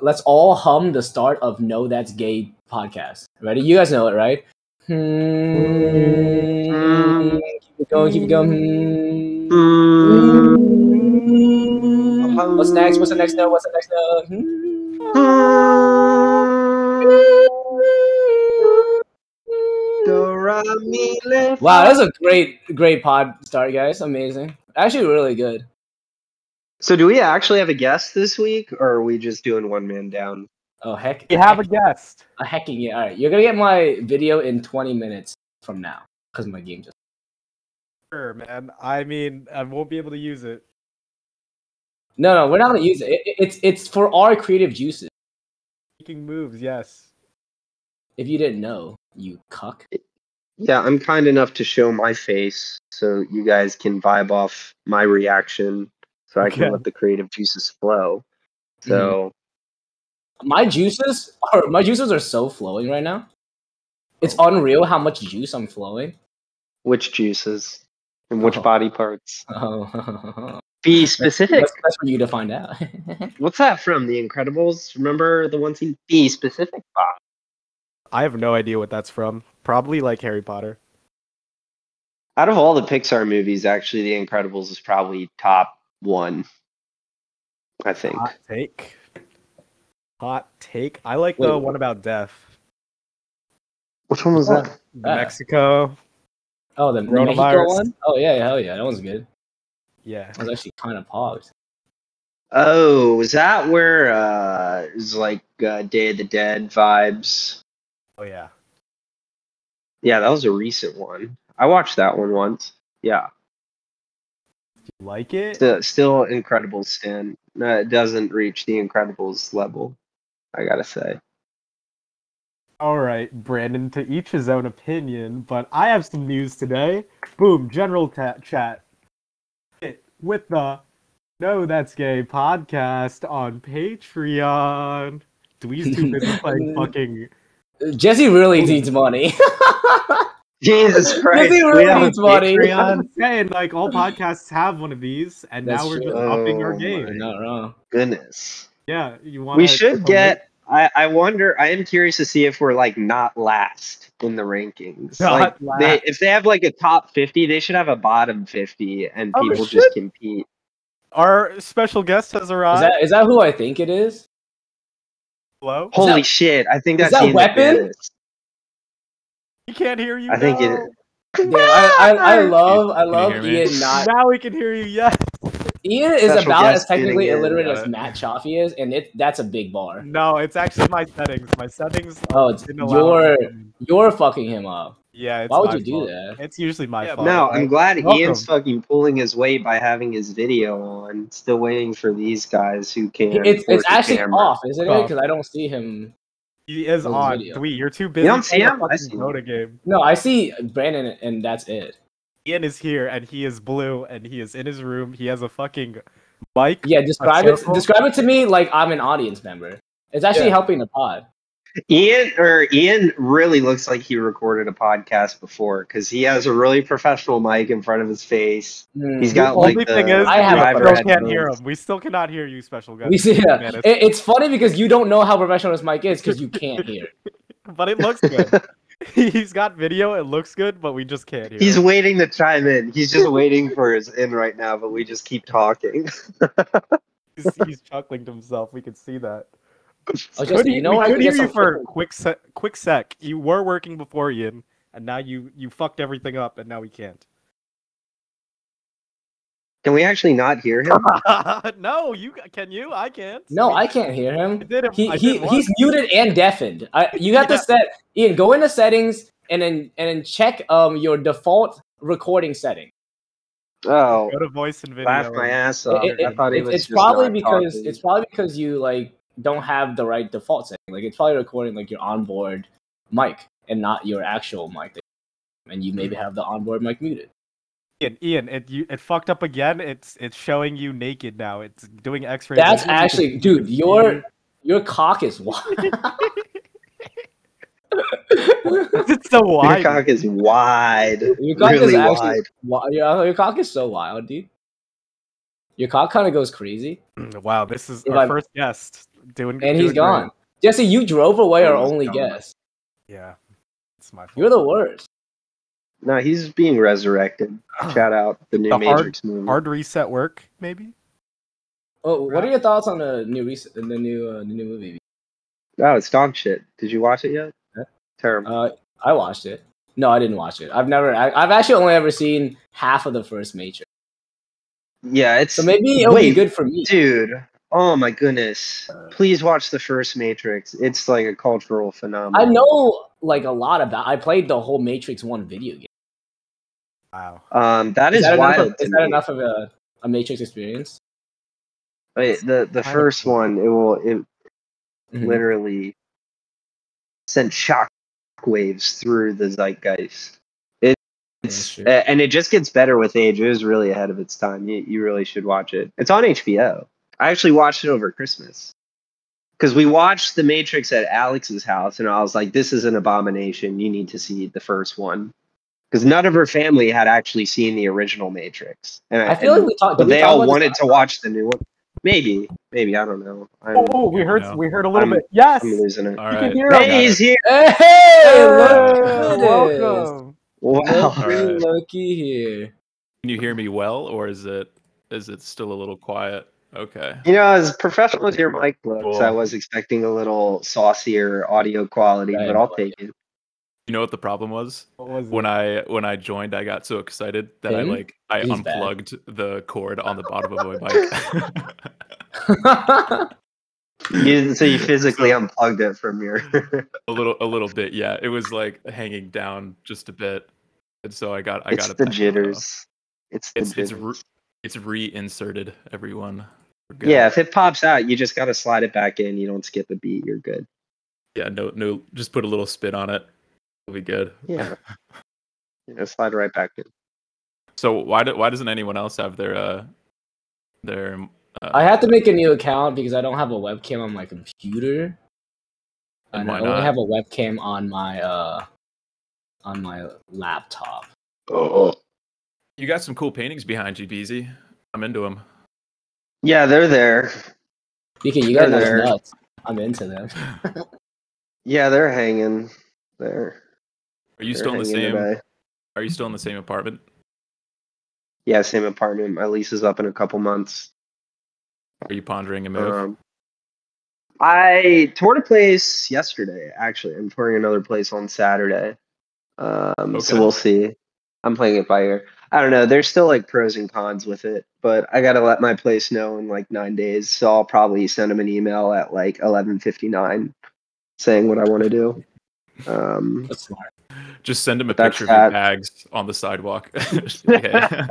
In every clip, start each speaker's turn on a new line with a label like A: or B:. A: let's all hum the start of No That's Gay podcast. Ready? You guys know it, right? Hmm. Keep it going, keep it going. Hmm. What's next? What's the next note? What's the next note? Hmm. Wow, that's a great, great pod start, guys. Amazing. Actually, really good.
B: So, do we actually have a guest this week, or are we just doing one man down?
A: Oh, heck.
C: We have a guest.
A: a hecking yeah. All right, you're gonna get my video in 20 minutes from now because my game just.
C: Sure, man. I mean, I won't be able to use it.
A: No, no, we're not gonna use it. It- it- It's it's for our creative juices.
C: Making moves, yes.
A: If you didn't know, you cuck.
B: Yeah, I'm kind enough to show my face so you guys can vibe off my reaction so I
C: Okay.
B: can let the creative juices flow. So,
A: My juices are my juices are so flowing right now. It's unreal how much juice I'm flowing.
B: which juices and which
A: Mm-hmm. Oh.
B: body parts?
A: Oh,
B: Be specific.
A: that's, that's for you to find out.
B: What's that from? The Incredibles? Remember the one scene? Be specific, Bob.
C: I have no idea what that's from. Probably like Harry Potter.
B: Out of all the Pixar movies, actually, The Incredibles is probably top one. I think.
C: Hot take. Hot take. I like
B: Wait,
C: the
B: what?
C: one about death.
B: Which one was that?
C: The
A: Ah.
C: Mexico.
A: oh, the Mexico
C: Coronavirus.
A: one. Oh yeah, hell yeah, that one's good.
C: Yeah.
A: I was actually kind of paused.
B: Oh, is that where uh it was like uh, Day of the Dead vibes?
C: Oh yeah.
B: Yeah, that was a recent one. I watched that one once. Yeah,
C: You like it?
B: still, still incredible stan. No, it doesn't reach the Incredibles level. I gotta say.
C: All right, Brandon, to each his own opinion, but I have some news today. Boom, general ta- chat. It With the No That's Gay podcast on Patreon. Dwee's too busy playing fucking.
A: Jesse really needs money.
B: Jesus Christ!
A: Disney
B: we have a
A: World's funny.
B: Patreon?
C: I'm saying, like, all podcasts have one of these, and
A: That's
C: now we're
A: true.
C: just upping our
B: Oh
A: You're
C: game.
A: not wrong.
B: Goodness.
C: Yeah, you want
B: We should get. I, I wonder. I am curious to see if we're like not last in the rankings.
C: Not
B: like they,
C: last.
B: if they have like a top fifty, they should have a bottom fifty, and
C: Oh,
B: people
C: shit.
B: just compete.
C: Our special guest has
A: Is
C: arrived.
A: that is that who I think it is?
C: Hello?
B: Holy
A: that-
B: shit! I think
A: is
B: that's
A: that
B: Ian
A: Weapon?
B: McGinnis.
C: He can't hear you.
B: I think it.
A: Yeah,
C: now.
A: I, I, I love I
D: Can you
A: love
D: hear me?
A: Ian not
C: Now we can hear you, yes.
A: Ian is
B: Special
A: about
B: guest
A: as technically
B: getting in,
A: illiterate
D: uh,
A: as Matt Chaffee is, and it that's a big bar.
C: No, it's actually my settings. My settings
A: Oh, it's,
C: didn't allow.
A: you're
C: it.
A: you're fucking him up.
C: Yeah, it's
A: Why would
C: my
A: you do
C: fault.
A: that?
C: It's usually my
D: Yeah,
C: fault.
B: No,
C: right?
B: I'm glad
C: Welcome.
B: Ian's fucking pulling his weight by having his video on. Still waiting for these guys who can.
A: It's
B: force
A: it's
B: the
A: actually
B: camera.
A: off, isn't it?
C: Off.
A: Because I don't see him.
C: He is
A: on the
C: on.
A: video.
C: Dwee, you're too busy.
B: don't see
C: playing the
B: him? I
C: fucking
B: see him.
C: Dota game.
A: No, I see Brandon, and that's it.
C: Ian is here, and he is blue, and he is in his room. He has a fucking mic.
A: Yeah, describe
C: A
A: it.
C: circle?
A: Describe it to me like I'm an audience member. It's actually
C: Yeah.
A: helping the pod.
B: Ian or Ian really looks like he recorded a podcast before because he has a really professional mic in front of his face. He's
A: Hmm.
C: The
B: got
C: only
B: like the
C: thing is,
A: I have
B: driver
C: we still can't
B: headphones.
C: hear him. We still cannot hear you, special guest.
A: we see. Yeah. It,
C: Man, it's-
A: it's funny because you don't know how professional this mic is because you can't hear.
C: but it looks good. He's got video. It looks good, but we just can't hear.
B: He's
C: him.
B: waiting to chime in. He's just waiting for his in right now, but we just keep talking.
C: He's, he's chuckling to himself. We can see that.
A: Oh,
C: Could
A: Justin,
C: he-
A: you know
C: we
A: what? I
C: could
A: think
C: hear
A: it's
C: you
A: a-
C: for a quick sec. Quick sec. You were working before Ian, and now you you fucked everything up, and now we can't.
B: Can we actually not hear him?
C: no, you ca- can you? I can't.
A: No, I can't hear
C: I
A: him.
C: did it.
A: He,
C: I did
A: he
C: once.
A: he's muted and deafened. I, you have
C: Yeah.
A: to set Ian. Go into settings and then and then check um your default recording setting.
B: Oh,
C: Go to voice and video.
B: laugh my ass off.
A: It- it-
B: Um, I thought he
A: it's-
B: was
A: it's
B: just
A: probably
B: not
A: because
B: talking.
A: it's probably because you like don't have the right default setting. Like it's probably recording like your onboard mic and not your actual mic. That, and
C: Hmm.
A: you maybe have the onboard mic muted.
C: Ian, Ian, it you it fucked up again. It's it's showing you naked now. It's doing X-rays.
A: That's
C: You can
A: actually, dude, your your cock is wide.
C: see- It's so
B: Your
C: wide.
B: cock is wide.
A: Your cock is
B: really
A: actually-
B: wide.
A: Wow, your, your cock is so wild, dude. Your cock kind of goes crazy.
C: Mm, Wow, this is
A: If
C: our
A: I'm-
C: first guest. doing.
A: and
C: doing
A: he's
C: great.
A: gone. Jesse, you drove away our
B: He's
A: only
B: gone.
A: guess.
C: Yeah, it's my fault.
A: You're the worst.
B: No, he's being resurrected. Shout out the new
C: Ah. The hard-
B: Matrix movie.
C: Hard reset work, maybe.
A: Oh, what are your thoughts on the new rec- the new uh, the new movie?
B: oh, it's dog shit. Did you watch it yet?
A: Yeah.
B: Terrible.
A: Uh, I watched it. No, I didn't watch it. I've never. I, I've actually only ever seen half of the first Matrix.
B: yeah, it's
A: So maybe it'll be
B: Wait,
A: good for me.
B: dude. Oh my goodness!
A: Uh,
B: Please watch the first Matrix. It's like a cultural phenomenon.
A: I know like a lot about. I played the whole Matrix One video game.
C: Wow.
B: Um, that is,
A: is that
B: wild.
A: enough? Of,
B: to
A: is that
B: me.
A: enough of a, a Matrix experience?
B: Wait, the the
C: Kind of
B: first
C: cool.
B: one, it will it
A: Mhm.
B: literally sent shock waves through the zeitgeist. It,
A: Oh,
B: it's
A: sure.
B: a- and it just gets better with age. It was really ahead of its time. You you really should watch it. It's on HBO. I actually watched it over Christmas because we watched The Matrix at Alex's house, and I was like, "This is an abomination. You need to see the first one." Because none of her family had actually seen the original Matrix, and
A: I feel
B: and-
A: like we talked.
B: but
A: did we
B: they
A: talk
B: all
A: about this
B: wanted to watch the new one. Maybe, maybe I don't know. I'm,
C: Oh, we heard.
D: No.
C: We heard a little
B: I'm-
C: bit. Yes.
B: I'm losing it.
D: All
C: You
D: right.
C: can hear him.
B: Hey, he's here.
A: Hey, hey,
C: Hey,
A: look at this.
C: welcome.
B: Wow.
A: Loki,
D: Alright.
A: Loki here.
D: Can you hear me well, or is it is it still a little quiet? Okay.
B: You know, as professional as your mic looks,
D: Cool.
B: I was expecting a little saucier audio quality,
A: Right.
B: but I'll take it.
D: You know what the problem was?
C: What was
D: When I when I joined, I got so excited that I
B: Hmm?
A: Ding?
D: like I
A: He's back.
D: unplugged the cord on the bottom of my mic.
B: You, so you physically unplugged it from your.
D: a little a little bit, yeah. It was like hanging down just a bit, and so I got I
B: it's
D: got it
B: the
D: back now.
B: jitters. It's the
D: It's
B: jitters.
D: it's re- it's reinserted. Everyone. We're good.
B: yeah, if it pops out, you just gotta slide it back in. You don't skip a beat. You're good.
D: yeah. No no. Just put a little spin on it. It'll be good.
B: Yeah. you know, slide right back in.
D: So why do, why doesn't anyone else have their uh their uh,
A: I had to make a new account because I don't have a webcam on my computer,
D: And
A: and
D: why
A: I only
D: not?
A: have a webcam on my uh on my laptop.
B: Oh.
D: You got some cool paintings behind you, BZ. I'm into them.
B: Yeah, they're there.
A: Because you guys
B: They're
A: are
B: there.
A: nuts. I'm into them.
B: Yeah, they're hanging there.
D: Are you
B: They're
D: still in the
B: hanging
D: same?
B: today.
D: Are you still in the same apartment?
B: Yeah, same apartment. My lease is up in a couple months.
D: Are you pondering a move?
B: Um, I toured a place yesterday. Actually, I'm touring another place on Saturday. Um, So
D: Okay.
B: we'll see. I'm playing it by ear. I don't know. There's still like pros and cons with it, but I gotta let my place know in like nine days. So I'll probably send them an email at like 11:59, saying what I want to do. Um,
A: That's smart.
D: Just send him a
B: that's
D: picture of your
B: that.
D: bags on the sidewalk. Yeah.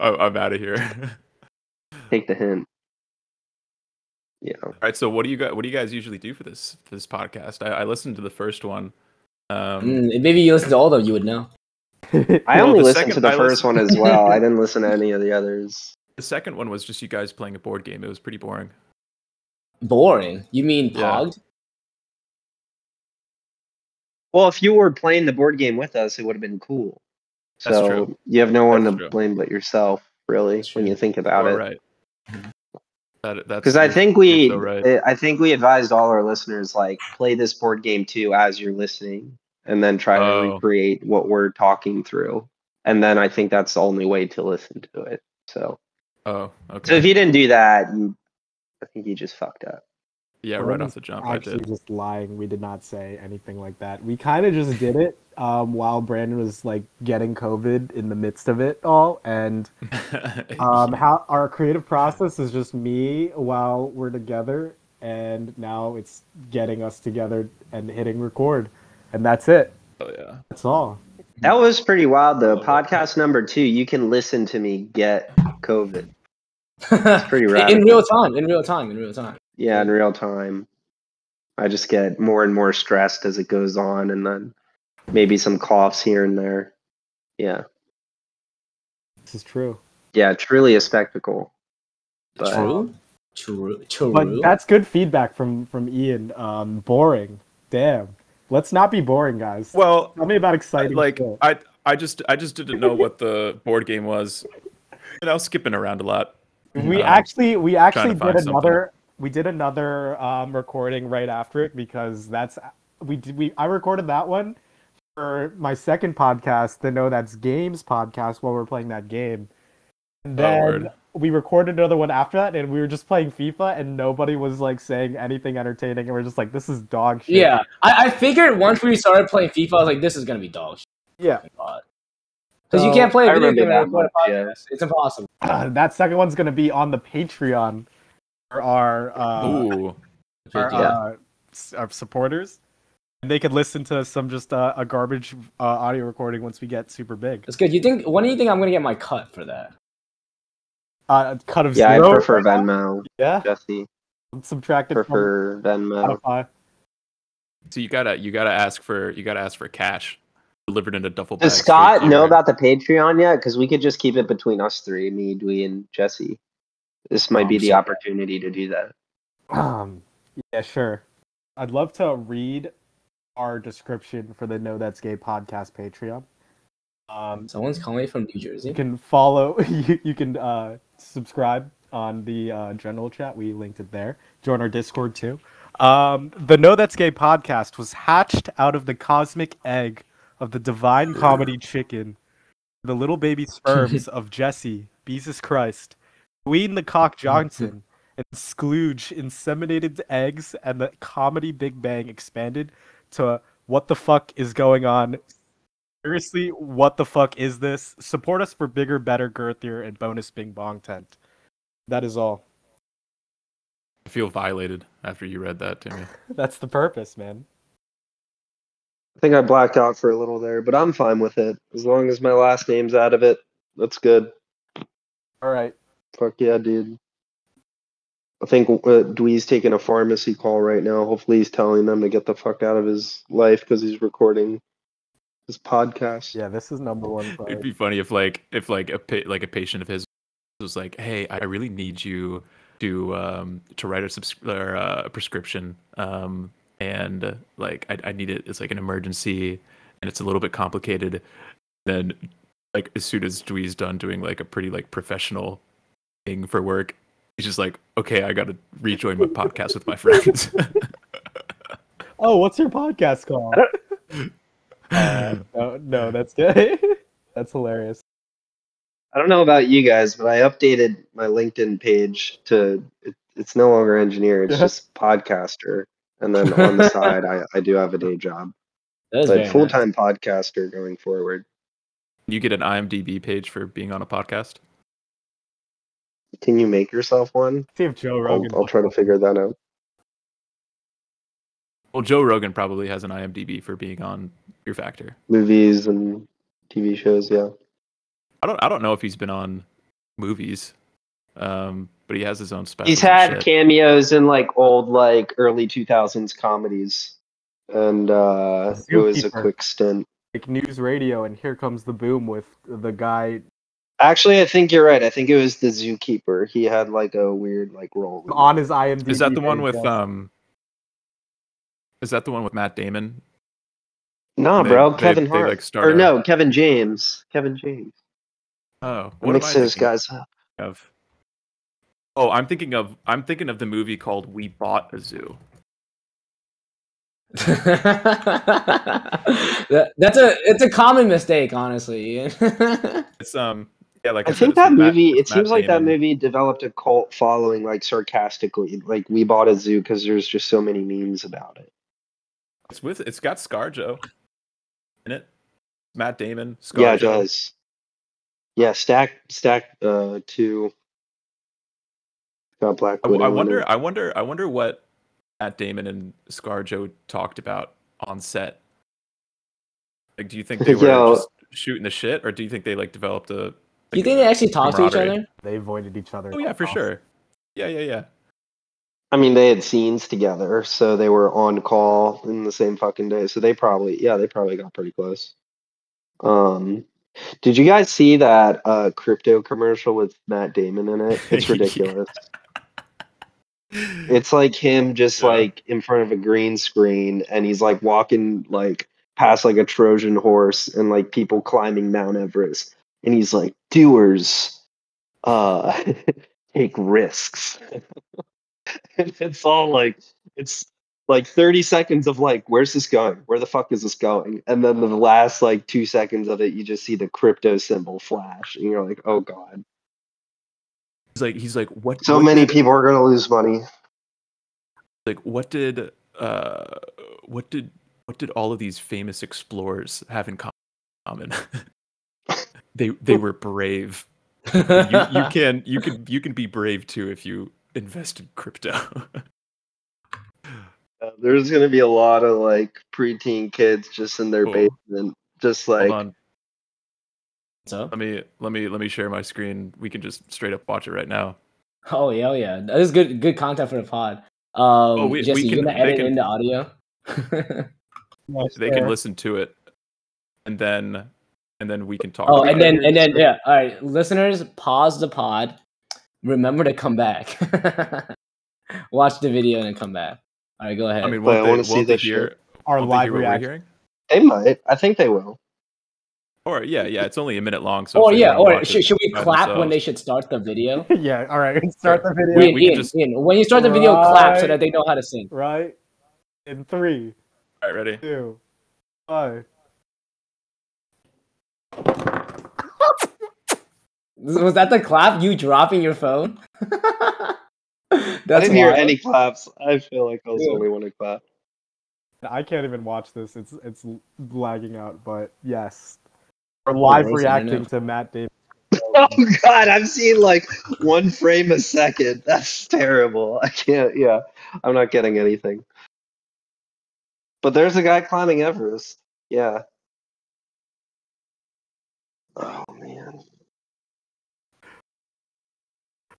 D: oh, I'm out of here.
B: take the hint. You know.
D: All right. So, what do you guys? What do you guys usually do for this for this podcast? I, I listened to the first one. Um,
A: Mm, maybe you listen to all of them, you would know.
B: I
D: Well,
B: only
D: the
B: listened to
D: second
B: the
D: I
B: first
D: listened-
B: one as well. I didn't listen to any of the others.
D: The second one was just you guys playing a board game. It was pretty boring.
A: Boring. You mean
D: Yeah.
A: Pog?
B: Well, if you were playing the board game with us, it would have been cool.
D: That's
B: so
D: true.
B: you have no one
D: That's
B: to
D: true.
B: blame but yourself, really,
A: That's
B: when
A: true.
B: you think about
D: All
B: it.
D: right. That, that's
B: Because I
D: you're-
B: think
D: you're
B: we, eh,
D: so right.
B: I- I think we advised all our listeners like play this board game too as you're listening, and then try to
D: Oh.
B: recreate what we're talking through. And then I think that's the only way to listen to it. So,
D: Oh,
B: so
D: okay.
B: if you didn't do that, you, I think you just fucked up.
D: yeah, right off the jump, I
C: actually
D: did.
C: just lying. We did not say anything like that. We kind of just did it um, while Brandon was like getting COVID in the midst of it all, and
B: uh,
C: um, how our creative process is just me while we're together, and now it's getting us together and hitting record, and that's it.
D: oh yeah.
C: That's all.
D: Mm-hmm.
B: That was pretty wild, though.
D: Oh, wow.
B: Podcast number two, you can listen to me get COVID. Pretty
A: in,
B: radical.
A: real time. In real time. In real time.
B: Yeah, in real time. I just get more and more stressed as it goes on, and then maybe some coughs here and there. Yeah,
C: This is true.
B: yeah, truly a spectacle. But
A: True. True. True.
C: But that's good feedback from from Ian. Um, boring. Damn. Let's not be boring, guys.
D: Well,
C: Tell me about exciting.
D: like
C: shit.
D: I, I just, I just didn't know what the board game was. And I was skipping around a lot.
C: We
D: Um,
C: actually we actually
D: find
C: did another we did another um, recording right after it because that's we did we I recorded that one for my second podcast, the No That's Games podcast, while we are playing that game. And
D: Oh,
C: then
D: word.
C: we recorded another one after that, and we were just playing FIFA, and nobody was like saying anything entertaining, and we're just like, this is dog shit.
A: Yeah, I, I figured once we started playing FIFA, I was like, this is gonna be dog shit.
C: yeah.
A: Because
C: So,
A: you can't play
B: I
A: a video
B: remember
A: game
B: that
A: and record
B: much,
A: a
B: yeah.
A: podcast. It's impossible.
C: that second one's gonna be on the Patreon for our uh,
D: Ooh.
C: our,
B: Yeah.
C: uh, s- our supporters. And they could listen to some just uh, a garbage uh, audio recording once we get super big.
A: It's good. You think? When do you think I'm gonna get my cut for that?
C: Uh, cut of
B: Yeah, I
C: zero.
B: prefer Venmo,
C: Yeah,
B: Jesse.
C: subtracted from
B: Prefer uh, Venmo.
C: Spotify.
D: So you gotta you gotta ask for you gotta ask for cash delivered in a duffel bag.
B: Does
D: straight
B: Scott
D: to
B: know
D: your-
B: about the Patreon yet? Because we could just keep it between us three, me, Dwee, and Jesse. This might
D: Um,
B: be the
D: so-
B: opportunity to do that.
C: Um, yeah, sure. I'd love to read our description for the No That's Gay podcast Patreon. Um,
A: Someone's calling me from New Jersey.
C: you can follow you, you can uh, subscribe on the uh, general chat we linked it there join our discord too um, the no that's gay podcast was hatched out of the cosmic egg of the divine comedy chicken the little baby sperms of jesse jesus christ queen the cock johnson and sclooge inseminated the eggs and the comedy big bang expanded to what the fuck is going on Seriously, what the fuck is this? Support us for bigger, better, girthier, and bonus Bing Bong tent. That is all.
D: I feel violated after you read that to me.
C: That's the purpose, man.
B: I think I blacked out for a little there, but I'm fine with it. As long as my last name's out of it, that's good.
C: All right.
B: Fuck yeah, dude. I think uh, Dwee's taking a pharmacy call right now. Hopefully, he's telling them to get the fuck out of his life because he's recording his podcast.
C: Yeah, this is number one.
D: It'd be funny if like if like a pa- like a patient of his was like, "Hey, I really need you to um to write a subs- or uh, a prescription um and uh, like I I need it. It's like an emergency and it's a little bit complicated." Then like as soon as Dwee's done doing like a pretty like professional thing for work, he's just like, "Okay, I got to rejoin my podcast with my friends."
C: Oh, what's your podcast called? No, no, that's good. that's hilarious.
B: I don't know about you guys, but I updated my LinkedIn page to it, it's no longer engineer, it's
C: Yeah.
B: just podcaster. And then on the side, I, I do have a day job,
A: That is very
B: but
A: nice.
B: full time podcaster going forward.
D: you get an IMDb page for being on a podcast.
B: Can you make yourself one?
C: See if Joe
B: I'll,
C: Rogan.
B: I'll try to figure that out.
D: Well, Joe Rogan probably has an IMDb for being on Fear Factor.
B: Movies and TV shows, yeah.
D: I don't. I don't know if he's been on movies, um, but he has his own special.
B: He's had cameos in like old, like early 2000s comedies. And uh, it was a
C: Zookeeper.
B: quick stint.
C: like news radio, and here comes the boom with the guy
B: Actually, I think you're right. I think it was the zookeeper. He had like a weird like role.
C: on his IMDb.
D: Is that the one
C: page,
D: with
C: yes.
D: um? Is that the one with Matt Damon?
B: No,
D: They-
B: bro,
D: they-
B: Kevin
D: they,
B: Hart.
D: like, start
B: or
D: a-
B: no, Kevin James. Kevin James.
D: Oh,
B: I
D: what
B: mix
D: am I
B: those
D: thinking
B: guys up.
D: of? Oh, I'm thinking of. I'm thinking of the movie called We Bought a Zoo.
A: That- that's a it's a common mistake, honestly. Ian.
D: It's um. Yeah, like I,
B: I
D: said,
B: think
D: it's
B: that
D: with Matt-
B: movie. it
D: it's
B: seems
D: Matt
B: like that
D: Damon.
B: movie developed a cult following, like sarcastically. Like we bought a zoo because there's just so many memes about it.
D: It's with. It's got ScarJo in it. Matt Damon. ScarJo.
B: Yeah, it does. Yeah, stack stack uh two. Got Black
D: I,
B: Widow.
D: I
B: in
D: wonder.
B: it.
D: I wonder. I wonder what Matt Damon and ScarJo talked about on set. Like, do you think they were
B: Yo.
D: just shooting the shit, or do you think they like developed a?
A: Do you think they actually talk to each
D: Camaraderie.
A: other?
C: They avoided each other.
D: Oh yeah, for sure. Yeah, yeah, yeah.
B: I mean, they had scenes together, so they were on call in the same fucking day. So they probably, yeah, they probably got pretty close. Um, did you guys see that uh, crypto commercial with Matt Damon in it? It's
D: Yeah.
B: ridiculous. It's like him just
D: Yeah.
B: like in front of a green screen, and he's like walking like past like a Trojan horse, and like people climbing Mount Everest, and he's like, "Doers, uh, take risks." And it's all like it's like 30 seconds of like, where's this going? Where the fuck is this going? And then the last like two seconds of it, you just see the crypto symbol flash, and you're like, oh god.
D: He's like, he's like, what?
B: So
D: what
B: many
D: did-
B: people are gonna lose money.
D: Like, what did, uh, what did, what did all of these famous explorers have in com- common? they they were brave. You, you can you can you can be brave too if you invest in crypto.
B: Uh, there's gonna be a lot of like preteen kids just in their
D: Cool.
B: basement, just
D: Hold
B: like
D: on,
A: so,
D: let me let me let me share my screen. We can just straight up watch it right now.
A: oh yeah, oh, yeah, that is good. Good content for the pod. Um, oh,
D: we- we
A: Jesse, you
D: can-
A: gonna
D: they
A: edit
D: can- Oh,
A: in the audio?
C: Oh,
D: They can listen to it, and then and then we can talk.
A: oh,
D: about
A: and
D: it.
A: then and then yeah. All right, listeners, pause the pod. Remember to come back. Watch the video and then come back. All right, go ahead.
D: I mean,
B: Wait, I
D: won't they,
B: wanna see
D: won't they
B: this shit.
D: hear,
C: our
D: won't they
C: live
D: hear what we're
C: reaction.
D: hearing?
B: they might. I think they will.
D: Or yeah, yeah, it's only a minute long. So
A: or
D: if they
A: Oh, yeah,
D: wanna
A: or
D: watch
A: should,
D: it
A: should we
D: by
A: clap when
D: themselves-
A: they should start the video?
C: yeah, all right. Start the video.
D: We-
A: Ian,
D: we can
A: Ian,
D: just-
A: Ian, when you start the video, clap so
C: Right.
A: that they know how to sing.
C: Right? In three,
D: All right, ready?
C: two, one.
A: Was that the clap? You dropping your phone?
B: I
A: That's
B: didn't hear
A: wild.
B: any claps. I feel like I was the
A: Yeah.
B: only one to clap.
C: I can't even watch this. It's it's lagging out, but yes. We're live
A: worries, I know.
C: reacting to Matt Davis.
B: Oh god, I'm seeing like one frame a second. That's terrible. I can't. Yeah, I'm not getting anything. But there's a guy climbing Everest. Yeah. Oh man.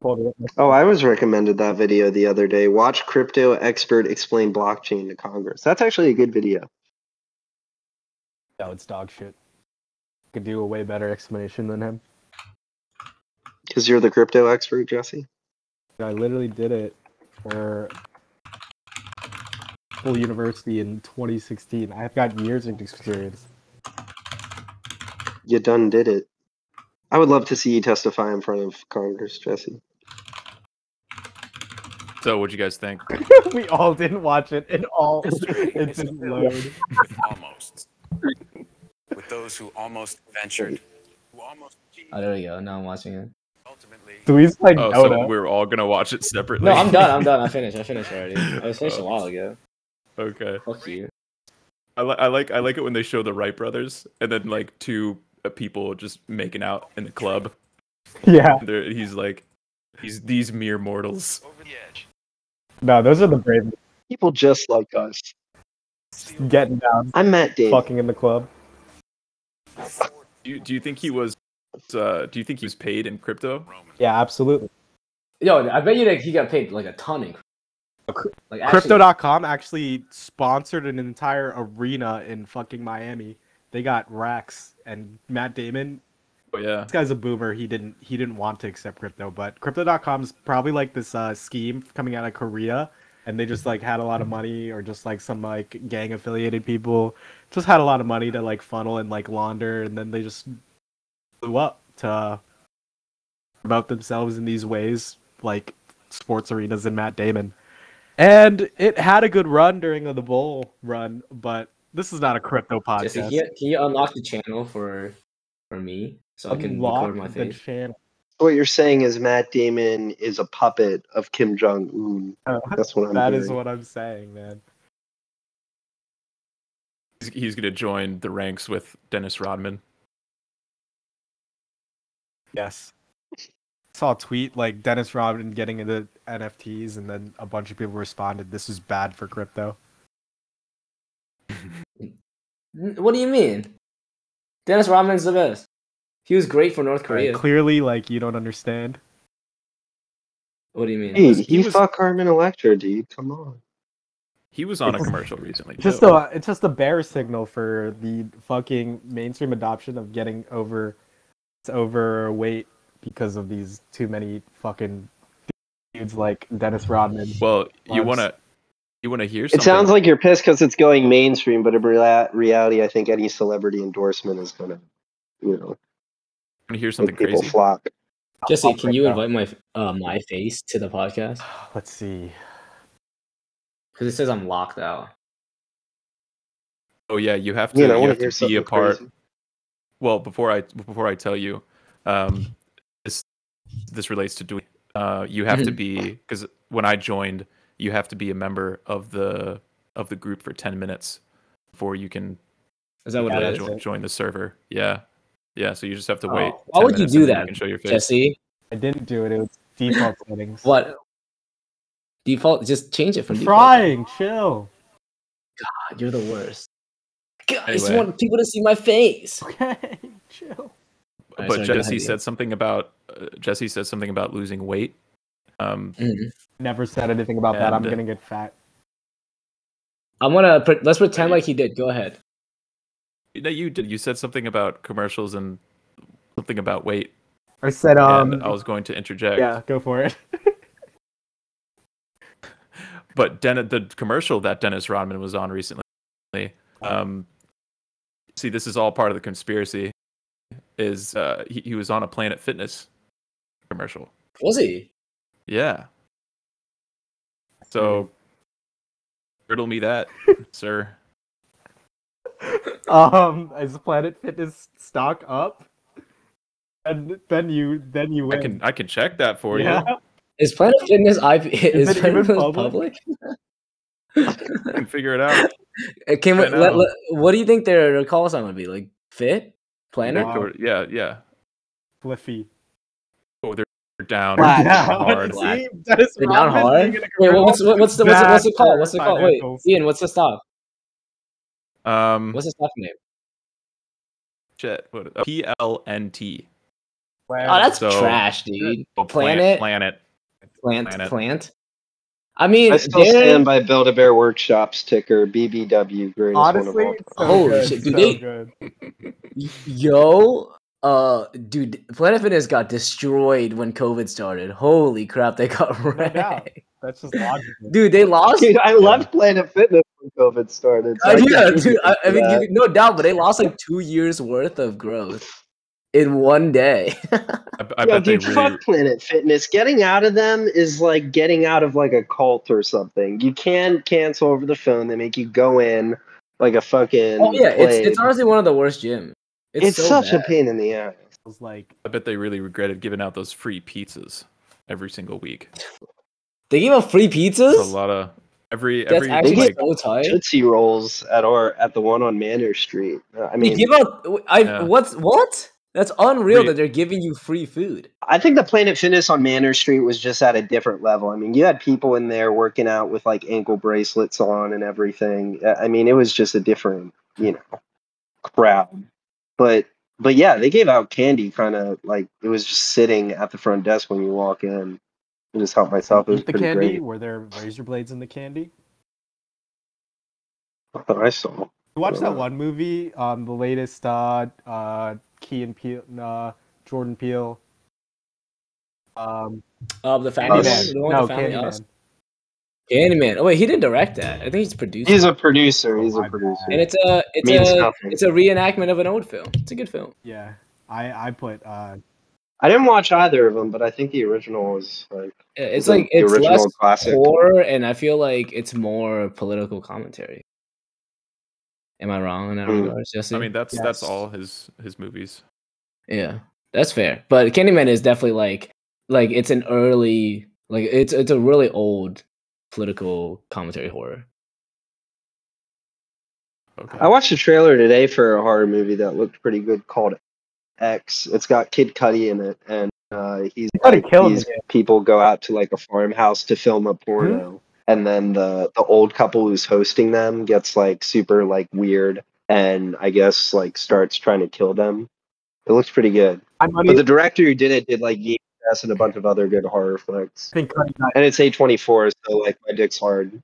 B: Oh, I was recommended that video the other day. Watch crypto expert explain blockchain to Congress. That's actually a good video.
C: No, it's dog shit. Could do a way better explanation than him.
B: Because you're the crypto expert, Jesse.
C: I literally did it for full university in 2016. I've got years of experience.
B: You done did it. I would love to see you testify in front of Congress, Jesse.
D: So, what do you guys think?
C: we all didn't watch it and all it didn't load.
E: almost. With those who almost ventured, who almost achieved,
A: Oh, there we go. Now I'm watching it.
E: ultimately.
C: So he's playing
D: Oh, so
C: Dota.
D: we're all gonna watch it separately.
A: No, I'm done. I'm done. I finished. I finished already. I was finished a while ago.
D: okay.
A: Fuck you.
D: I, li- I like I like it when they show the Wright brothers and then like two uh, people just making out in the club.
C: yeah.
D: And they're- he's like, these these mere mortals.
E: Over the edge.
C: No, those are the brave
B: People just like us.
C: getting down,
B: I'm Matt Damon.
C: fucking in the club.
D: Do you, do you think he was? Uh, do you think he was paid in crypto?
C: Yeah, absolutely.
A: Yo, I bet you that he got paid like a ton in crypto. Like actually-
C: Crypto.com actually sponsored an entire arena in fucking Miami. They got racks and Matt Damon.
D: Oh yeah.
C: This guy's a boomer. He didn't he didn't want to accept crypto, but crypto.com is probably like this uh, scheme coming out of Korea and they just like had a lot of money or just like some like gang affiliated people just had a lot of money to like funnel and like launder and then they just blew up to promote themselves in these ways like sports arenas and Matt Damon. And it had a good run during the bowl run, but this is not a crypto
A: Jesse,
C: podcast.
A: can you, can you unlock the channel for for me so I can
C: Unlock
A: record my
C: the
A: face?
C: channel.
B: What you're saying is Matt Damon is a puppet of Kim Jong Un. That's what I'm.
C: That is
B: hearing.
C: what I'm saying, man.
D: He's, he's gonna join the ranks with Dennis Rodman.
C: Yes. Saw a tweet like Dennis Rodman getting into NFTs, and then a bunch of people responded, "This is bad for crypto."
A: N- What do you mean? Dennis Rodman's the best. He was great for North Korea.
C: Clearly, like you don't understand.
A: What do you mean?
B: Dude, he,
C: he was-
B: fucked Carmen Electra, dude. Come on.
D: He was on a
C: It's-
D: commercial recently.
C: Just
D: too.
C: a, it's just a bear signal for the fucking mainstream adoption of getting over, it's overweight because of these too many fucking dudes like Dennis Rodman.
D: Well, you
C: Vibes.
D: wanna you wanna hear? Something?
B: It sounds like you're pissed because it's going mainstream, but in rea- reality, I think any celebrity endorsement is gonna, you know,
D: Wanna hear something
B: make people
D: crazy.
B: flock.
A: Jesse,
C: I'll
A: can you
C: break down.
A: invite my uh, my face to the podcast?
C: Let's see.
A: Because it says I'm locked out.
D: Oh yeah, you have to
B: You know, I
D: you
B: want
D: have
B: to hear
D: to
B: something
D: be a part.
B: crazy.
D: Well, before I before I tell you, um, this this relates to doing. Uh, you have
B: Mm-hmm.
D: to be because when I joined, you have to be a member of the of the group for ten minutes before you can
A: Is that what
D: uh,
A: that is?
D: join, join the server. Yeah, yeah. So you just have to
A: Oh,
D: wait.
A: why
D: 10
A: would you
D: minutes
A: do
D: and then
A: that,
D: You can show your face.
A: Jesse,
C: I didn't do it. It was default settings.
A: what? Default, just change it from
C: I'm
A: default.
C: trying. Chill.
A: God, you're the worst. God, I just
D: Anyway.
A: want people to see my face.
C: Okay. Chill.
A: Alright, sorry,
D: but
A: go ahead,
D: Jesse
A: Ian.
D: said something about uh, Jesse said something about losing weight. Um,
A: Mhm.
C: Never said anything about that. I'm
D: And- uh,
C: gonna get fat.
A: I'm gonna pre- let's pretend like he did. Go ahead.
D: no, you did. You said something about commercials and something about weight,
C: I said um.
D: and I was going to interject.
C: yeah, go for it.
D: But Den- the commercial that Dennis Rodman was on recently, um, see, this is all part of the conspiracy. Is uh, he, he was on a Planet Fitness commercial?
A: Was he?
D: Yeah.
C: Hmm.
D: So, riddle me that, sir.
C: Um, is Planet Fitness stock up? And then you then you
D: I
C: win.
D: can I can check that for
C: yeah.
D: you.
A: Is Planet Fitness IP? Is,
C: it even
A: Planet Fitness
C: public?
A: public?
D: I can figure it out.
A: Uh, Can we,
D: I
A: let,
D: know.
A: let- what do you think their call sign would be? Like fit planet?
C: Wow.
D: Go- yeah, yeah.
C: Fliffy.
D: Oh, they're they're down
A: Black.
D: they're
A: Yeah,
D: hard.
A: Black.
C: See, that is
A: They're down
C: Robin
A: hard.
C: being in a
A: Wait, what- what's what, what's the what's, the- what's the
C: That
A: call?
C: or
A: What's the call? Wait,
C: financials.
A: Ian, what's the stop?
D: Um,
A: What's the stop name?
D: shit? What? uh, PLNT.
C: commercial.
A: Oh, that's
D: So-
A: trash, dude.
D: Oh,
A: Planet, plant,
D: Planet.
A: plant,
D: planet.
A: I mean,
B: I still
A: they're-
B: stand by Build a Bear Workshops ticker BBW. Greatest
C: Honestly,
B: one of all.
C: it's so
A: Holy
C: good,
A: shit, do
C: so
A: they-
C: good.
A: yo, uh, dude, Planet Fitness got destroyed when COVID started. Holy crap, they got
C: doubt.
A: wrecked.
C: That's just logical.
A: Dude, they lost.
B: Dude, I left Planet Fitness when COVID started. so
A: Uh,
B: I can
A: yeah,
B: choose
A: dude. I, I
B: for
A: mean,
B: that.
A: you, no doubt, but they lost like two years worth of growth in one day.
D: I, I
B: Yo,
D: bet they
B: dude,
D: really.
B: fuck Planet Fitness. Getting out of them is like getting out of like a cult or something. You can cancel over the phone. They make you go in like a fucking.
A: oh yeah, it's,
B: plague.
A: it's honestly one of the worst gyms. It's,
B: It's
A: so
B: such
A: bad.
B: a pain in the ass.
C: It was like
D: I bet they really regretted giving out those free pizzas every single week.
A: They give out free
D: It's a
A: pizzas.
D: lot of every
A: That's
D: every
A: actually
D: like
A: so tight.
B: Tootsie rolls at our at the one on Manor Street. Uh, I
A: They
B: mean,
A: give out. I
D: Yeah.
A: what's what? That's unreal
D: Free-
A: that they're giving you free food.
B: I think the Planet Fitness on Manor Street was just at a different level. I mean, you had people in there working out with like ankle bracelets on and everything. Uh, I mean, it was just a different, you know, crowd. But but yeah, they gave out candy kind of like it was just sitting at the front desk when you walk in. I just helped myself. It was
C: eat the
B: pretty
C: candy.
B: great.
C: Were there razor blades in the candy?
B: Not that I saw.
C: You watch that
B: Uh.
C: one movie, um, the latest uh, uh, Key and Peele, uh, Jordan Peele. Um,
A: Um, the family man.
B: Us.
C: Candyman.
A: The one with
C: No,
A: the family Us.
C: Candyman.
A: Candyman. Oh wait, he didn't direct that. I think he's produced.
B: He's a producer. He's
C: Oh,
B: a
C: my
B: producer.
A: and it's a it's
B: Means
A: a
B: nothing.
A: it's a reenactment of an old film. It's a good film.
C: Yeah, I I put uh,
B: I didn't watch either of them, but I think the original was like
A: Yeah, Uh, It's
B: the-
A: like
B: the
A: it's
B: original
A: less
B: classic.
A: horror, and I feel like it's more political commentary. Am I wrong in that
B: Mm.
A: regard, Jesse?
D: I mean that's that's
C: Yes.
D: all his his movies.
A: yeah, that's fair. But Candyman is definitely like like it's an early like it's it's a really old political commentary horror.
D: Okay.
B: I watched a trailer today for a horror movie that looked pretty good called X. It's got Kid Cudi in it, and uh, he's
C: Cudi
B: like,
C: killed
B: these
C: it.
B: people go out to like a farmhouse to film a porno, and then the the old couple who's hosting them gets like super like weird, and I guess like starts trying to kill them. It looks pretty good,
C: I'm
B: but the director who did it did like ES and a bunch of other good horror flicks,
C: think Cody got-
B: and it's A twenty four, so like my dick's hard.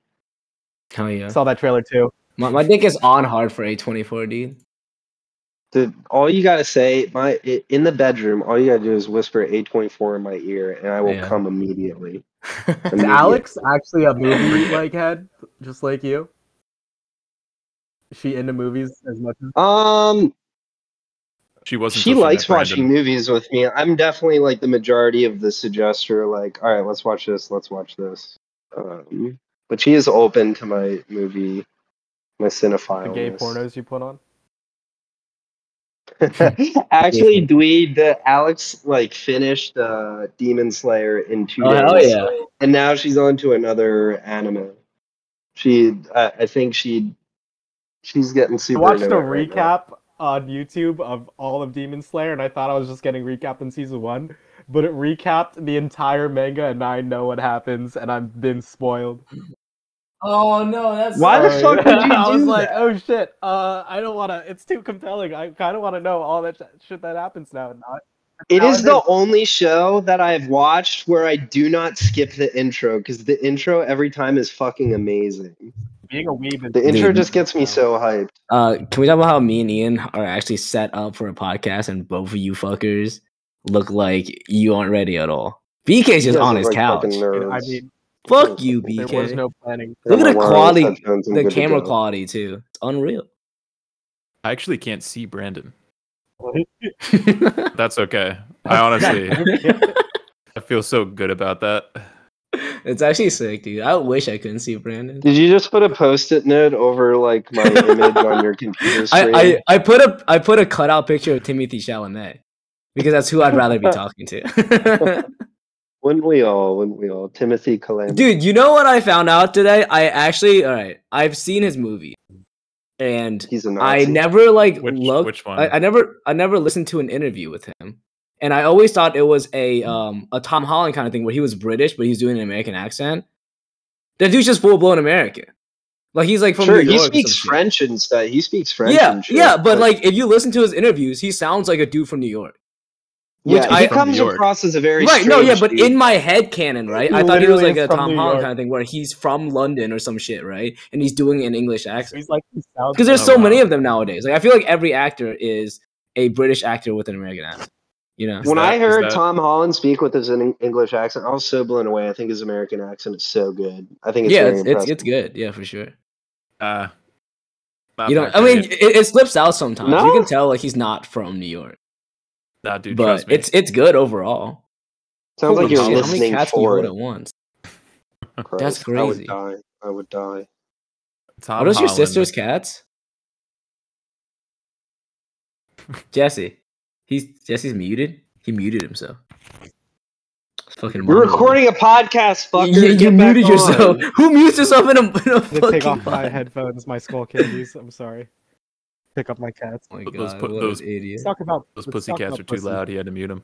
A: Hell yeah,
C: saw that trailer too.
A: my my dick is on hard for a twenty four D.
B: Dude, all you gotta say, my i- in the bedroom, all you gotta do is whisper A twenty four in my ear, and I will
A: Yeah.
B: come immediately.
C: Is
B: Immediate.
C: Alex actually a movie like head, just like you? Is she into movies as much as
B: Um,
D: She wasn't.
B: She
D: so fond
B: likes
D: of Brandon.
B: watching movies with me. I'm definitely like the majority of the suggester. Like, all right, let's watch this. Let's watch this. Um, but she is open to my movie, my cinephile.
C: The gay pornos you put on.
B: Actually, Dwee, the Alex like finished uh, Demon Slayer in two
A: Oh,
B: days.
A: hell yeah.
B: And now she's on to another anime. She, I I think she, she's getting
C: I
B: super.
C: watched a
B: into it right now.
C: recap on YouTube of all of Demon Slayer, and I thought I was just getting recapped in season one, but it recapped the entire manga, and I know what happens, and I've been spoiled.
A: Oh no, that's
B: Why the fuck would you
C: I was
B: do
C: like,
B: that?
C: oh shit, uh, I don't want to. It's too compelling. I kind of want to know all that sh- shit that happens now. And not.
B: It
C: Now
B: is
C: it
B: the
C: is.
B: only show that I've watched where I do not skip the intro because the intro every time is fucking amazing.
C: Being a weeb is
B: The intro
A: Dude.
B: just gets me so hyped.
A: Uh, can we talk about how me and Ian are actually set up for a podcast, and both of you fuckers look like you aren't ready at all? BK's
B: You
A: just
B: guys
A: on
B: look
A: his
B: like
A: couch.
B: fucking nerds.
C: I mean,
A: Fuck you,
C: there
A: BK.
C: was no planning.
A: Look at the
B: I'm wearing
A: quality-
B: headphones, I'm
A: the
B: good to
A: camera
B: go.
A: quality too. It's unreal.
D: I actually can't see Brandon.
A: I
D: That's okay. I honestly, I feel so good about that.
A: It's actually sick, dude. I wish I couldn't see Brandon.
B: Did you just put a post-it note over like my image on your computer screen?
A: I, I, I put a I put a cutout picture of Timothy Chalamet because that's who I'd rather be talking to.
B: Wouldn't we all? Wouldn't we all? Timothy Calamity.
A: Dude, you know what I found out today? I actually, all right, I've seen his movie, and
B: he's a
A: I
B: Nazi.
A: never like
D: Which
A: looked.
D: which one?
A: I, I never, I never listened to an interview with him, and I always thought it was a
D: Hmm.
A: um a Tom Holland kind of thing where he was British but he's doing an American accent. That dude's just full blown American, like he's like from
B: sure,
A: New
B: he
A: York or
B: speaks
A: some shit.
B: French and stuff. He speaks French.
A: Yeah,
B: and shit,
A: yeah, but like if you listen to his interviews, he sounds like a dude from New York.
B: yeah,
A: which
B: he
A: I-
D: From New
B: comes
D: York.
B: across as a very
A: right no yeah
B: strange
A: but
B: dude.
A: in my head canon right
C: He
A: i thought he was
C: literally
A: like
C: is
A: a
C: from
A: tom
C: New
A: holland
C: York.
A: kind of thing where he's from london or some shit right and he's doing an english accent
C: He's like, he sounds
A: because there's
D: Oh,
A: so
D: wow.
A: many of them nowadays like i feel like every actor is a british actor with an american accent you know
D: Is
B: when
D: that-
B: I
D: is
B: heard
D: that-
B: Tom Holland speak with his en- English accent, I was so blown away. I think his American accent is so good. I think it's
A: yeah
B: very
A: it's, it's
B: impressive.
A: it's good yeah for sure
D: Uh, not
A: you know
D: that
A: i mean
D: great.
A: it, it slips out sometimes you
B: No?
A: can tell like he's not from new york
D: Nah, dude,
A: but
D: trust me.
A: it's it's good overall
B: Sounds like
A: Holy shit,
B: you're
A: how many
B: listening
A: cats can you
B: for
A: hold
B: it.
A: at once
B: Christ,
A: That's
B: I would
A: crazy.
B: die. I would die.
D: Tom
A: are those your
D: Holland.
A: sister's cats jesse he's jesse's muted he muted himself It's fucking
B: We're
A: monologue.
B: recording a podcast, fucker.
A: Yeah,
B: Get
A: you
B: back
A: muted
B: on.
A: yourself. Who mutes yourself in a, in a
C: I did
A: fucking
C: take off my
A: pod?
C: headphones, my skull candies. I'm sorry. Pick up my cats.
A: Oh my
D: Those
A: god,
D: pu-
A: what
D: those-
A: an idiot.
C: Let's talk about
D: Those
C: let's
D: pussy
C: talk
D: cats
C: about
D: are too
C: pussy.
D: loud. He had to mute him.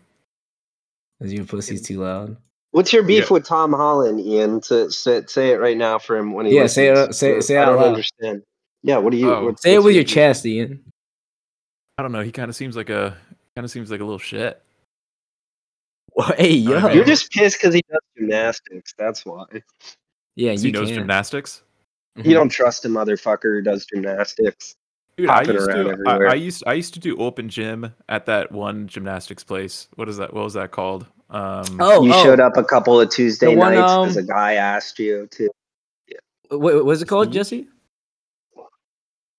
A: Is your pussy's too loud?
B: What's your beef
D: Yeah.
B: with Tom Holland, Ian? To say, say it right now for him when he
A: Yeah, say it-
B: listens.
A: say- say it
B: I
A: out
B: don't
A: loud.
B: understand. Yeah, what do you
D: Oh.
B: what-
A: Say it
B: what's
A: with your chest, Ian.
D: I don't know. He kind of seems like a kind of seems like a little shit.
A: Hey, yo.
D: Alright,
B: You're just pissed because he does gymnastics. That's why
A: yeah,
D: 'Cause
A: you
D: He knows
A: can.
D: gymnastics.
A: Mm-hmm.
B: you don't trust a motherfucker who does gymnastics.
D: Dude, I
B: Hopping
D: used
B: around
D: to. I,
B: everywhere.
D: I used I used to do open gym at that one gymnastics place. What is that? What was that called? Um,
A: Oh,
B: you
A: oh.
B: showed up a couple of Tuesday
A: The one,
B: nights
A: um,
B: because a guy asked you to.
A: Wait, What was it called,
D: Mhm.
A: oh, Jesse?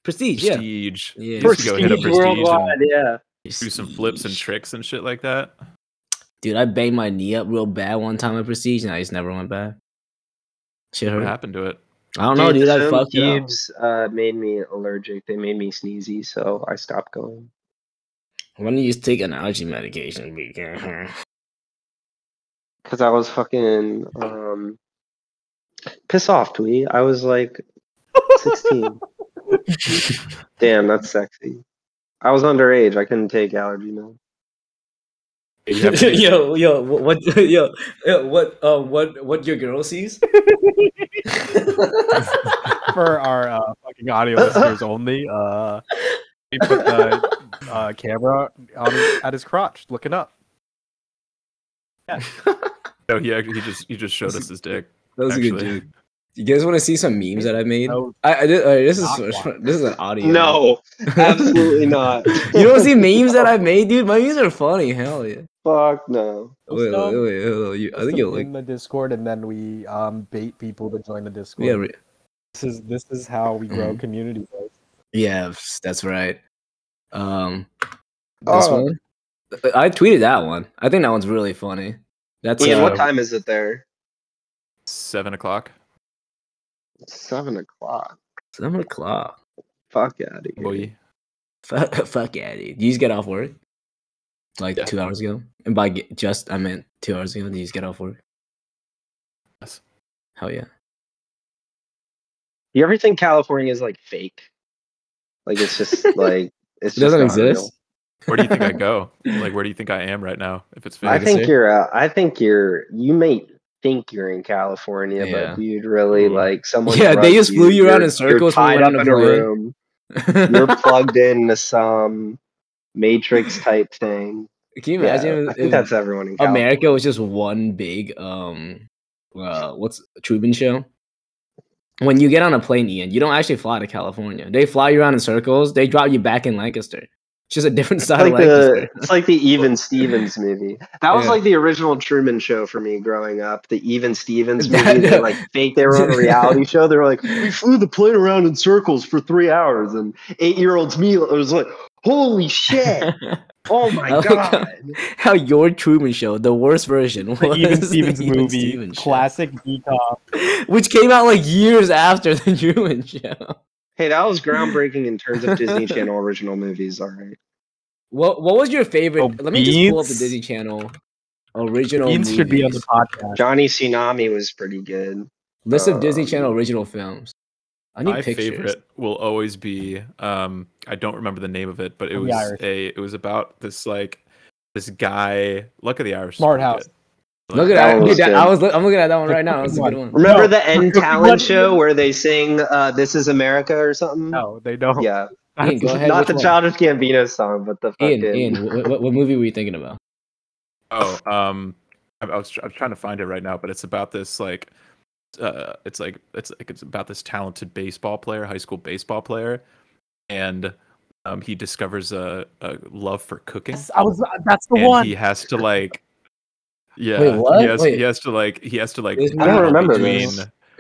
A: Prestige, yeah.
D: prestige.
A: Yeah.
D: You used to go hit a
A: Prestige
D: prestige and
B: yeah.
D: do some flips and tricks and shit like that.
A: Dude, I banged my knee up real bad one time at Prestige, and I just never went back. Shit
D: What
A: hurt.
D: happened to it?
A: I don't know, dude. I fucked it up.
B: Cubes uh, made me allergic. They made me sneezy, so I stopped going.
A: Why don't you just take an allergy medication? BK?
B: Because I was fucking um, piss off, Twee. I was like 16. Damn, that's sexy. I was underage. I couldn't take allergy meds.
D: You have to-
A: yo, yo, wha- what, yo, yo, what, uh, what, what your girl sees?
C: For our uh, fucking audio listeners only, uh, we put the uh, camera on, at his crotch, looking up.
D: no, he actually he just he just showed us his dick.
A: That was a
D: Actually.
A: good joke. You guys want to see some memes that I made?
C: No.
A: I, I did, all right, this is
C: Not one.
A: this is an audio.
B: No, absolutely not.
A: you don't see memes that I made, dude. My memes are funny. Hell yeah.
B: Fuck no.
A: Wait, wait, wait, wait, wait, you- I think you'll like.
C: in the Discord, and then we um, bait people to join the Discord.
A: Yeah, Mm-hmm. re-
C: this is this is how we grow community. Guys.
A: yeah, that's right. Um, This
B: Oh.
A: one? I tweeted that one. I think that one's really funny. That's
B: Ian,
A: uh,
B: what time is it there?
D: Seven o'clock.
B: Seven o'clock.
A: seven o'clock.
B: Fuck out of here.
D: Boy.
A: Fuck, fuck yeah, dude. You just get off work like
D: Yeah.
A: two hours ago, and by ge- just I meant two hours ago. Did you just get off work?
D: Yes.
A: Hell yeah.
B: You ever think California is like fake? Like it's just like it's
A: It doesn't
B: just not real.
A: exist.
D: Where do you think I go? Like, where do you think I am right now? If it's
B: I
D: Vegas,
B: think
A: see?
B: you're. Uh, I think you're. You may think you're in California,
A: Yeah.
B: but you'd really
D: Mm.
B: like someone.
A: Yeah,
B: drugged
A: they just flew you around
B: You're-
A: in circles
B: You're
A: when we
B: tied
A: went on the
B: up in a
A: plane.
B: room. You're plugged into some matrix type thing.
A: Can you
B: Yeah,
A: imagine
B: I
A: if
B: think that's everyone in California.
A: America was just one big um uh what's Truman show? When you get on a plane, Ian, you don't actually fly to California. They fly you around in circles, they drop you back in Lancaster. It's just a different
B: It's
A: side of
B: like the
A: Lancaster.
B: it's like the Even Stevens movie. That was
A: Yeah.
B: like the original Truman Show for me growing up. The Even Stevens
A: That-
B: movie. They like fake they were on a reality show. They were like, we flew the plane around in circles for three hours, and eight year olds me was like, holy shit! Oh
A: I
B: my
A: like how-
B: god!
A: How your Truman show, the worst version, was
C: The Even
A: the
C: Stevens
A: Even
C: movie,
A: Stevens Show,
C: classic decom.
A: which came out like years after the Truman show.
B: Hey, that was groundbreaking in terms of Disney Channel original movies. All right,
A: What What was your favorite?
C: Oh,
A: let me just pull up the
C: Beans?
A: Disney Channel original.
C: Beans should be on the
A: movies.
C: podcast.
B: Johnny Tsunami was pretty good.
A: list
C: Uh,
A: of Disney
B: Um,
A: Channel original films. I need
D: my
A: pictures.
D: favorite will always be um i don't remember the name of it but
C: Luck
D: it
C: of
D: was
C: the Irish.
D: a it was about this like this guy luck of the irish is
C: Smart
D: pretty
C: House.
D: good.
A: Look at
D: Like,
B: That
A: that!
B: one
A: dude,
B: was
A: that-
B: good.
A: I was. look- I'm looking at that one right now. It was a
C: Good
A: good one.
B: Remember
C: No.
B: the End
C: What-
B: Talent Show where they sing uh, "This Is America" or something?
C: No, they don't.
B: Yeah,
A: Ian, go ahead.
B: not
A: which
B: the
A: one?
B: Childish Gambino song, but the fucking.
A: Ian, Ian, what, what, what movie were you thinking about?
D: oh um I, I was tr- I'm trying to find it right now but it's about this like uh it's like it's like it's about this talented baseball player high school baseball player and um he discovers a, a love for cooking
C: Yes, I was. uh, That's the
D: and
C: one.
D: he has to like yeah
A: what?
D: He, has,
A: Wait.
D: he has to like he has to like
A: This
B: I don't
D: battle
B: remember
D: between,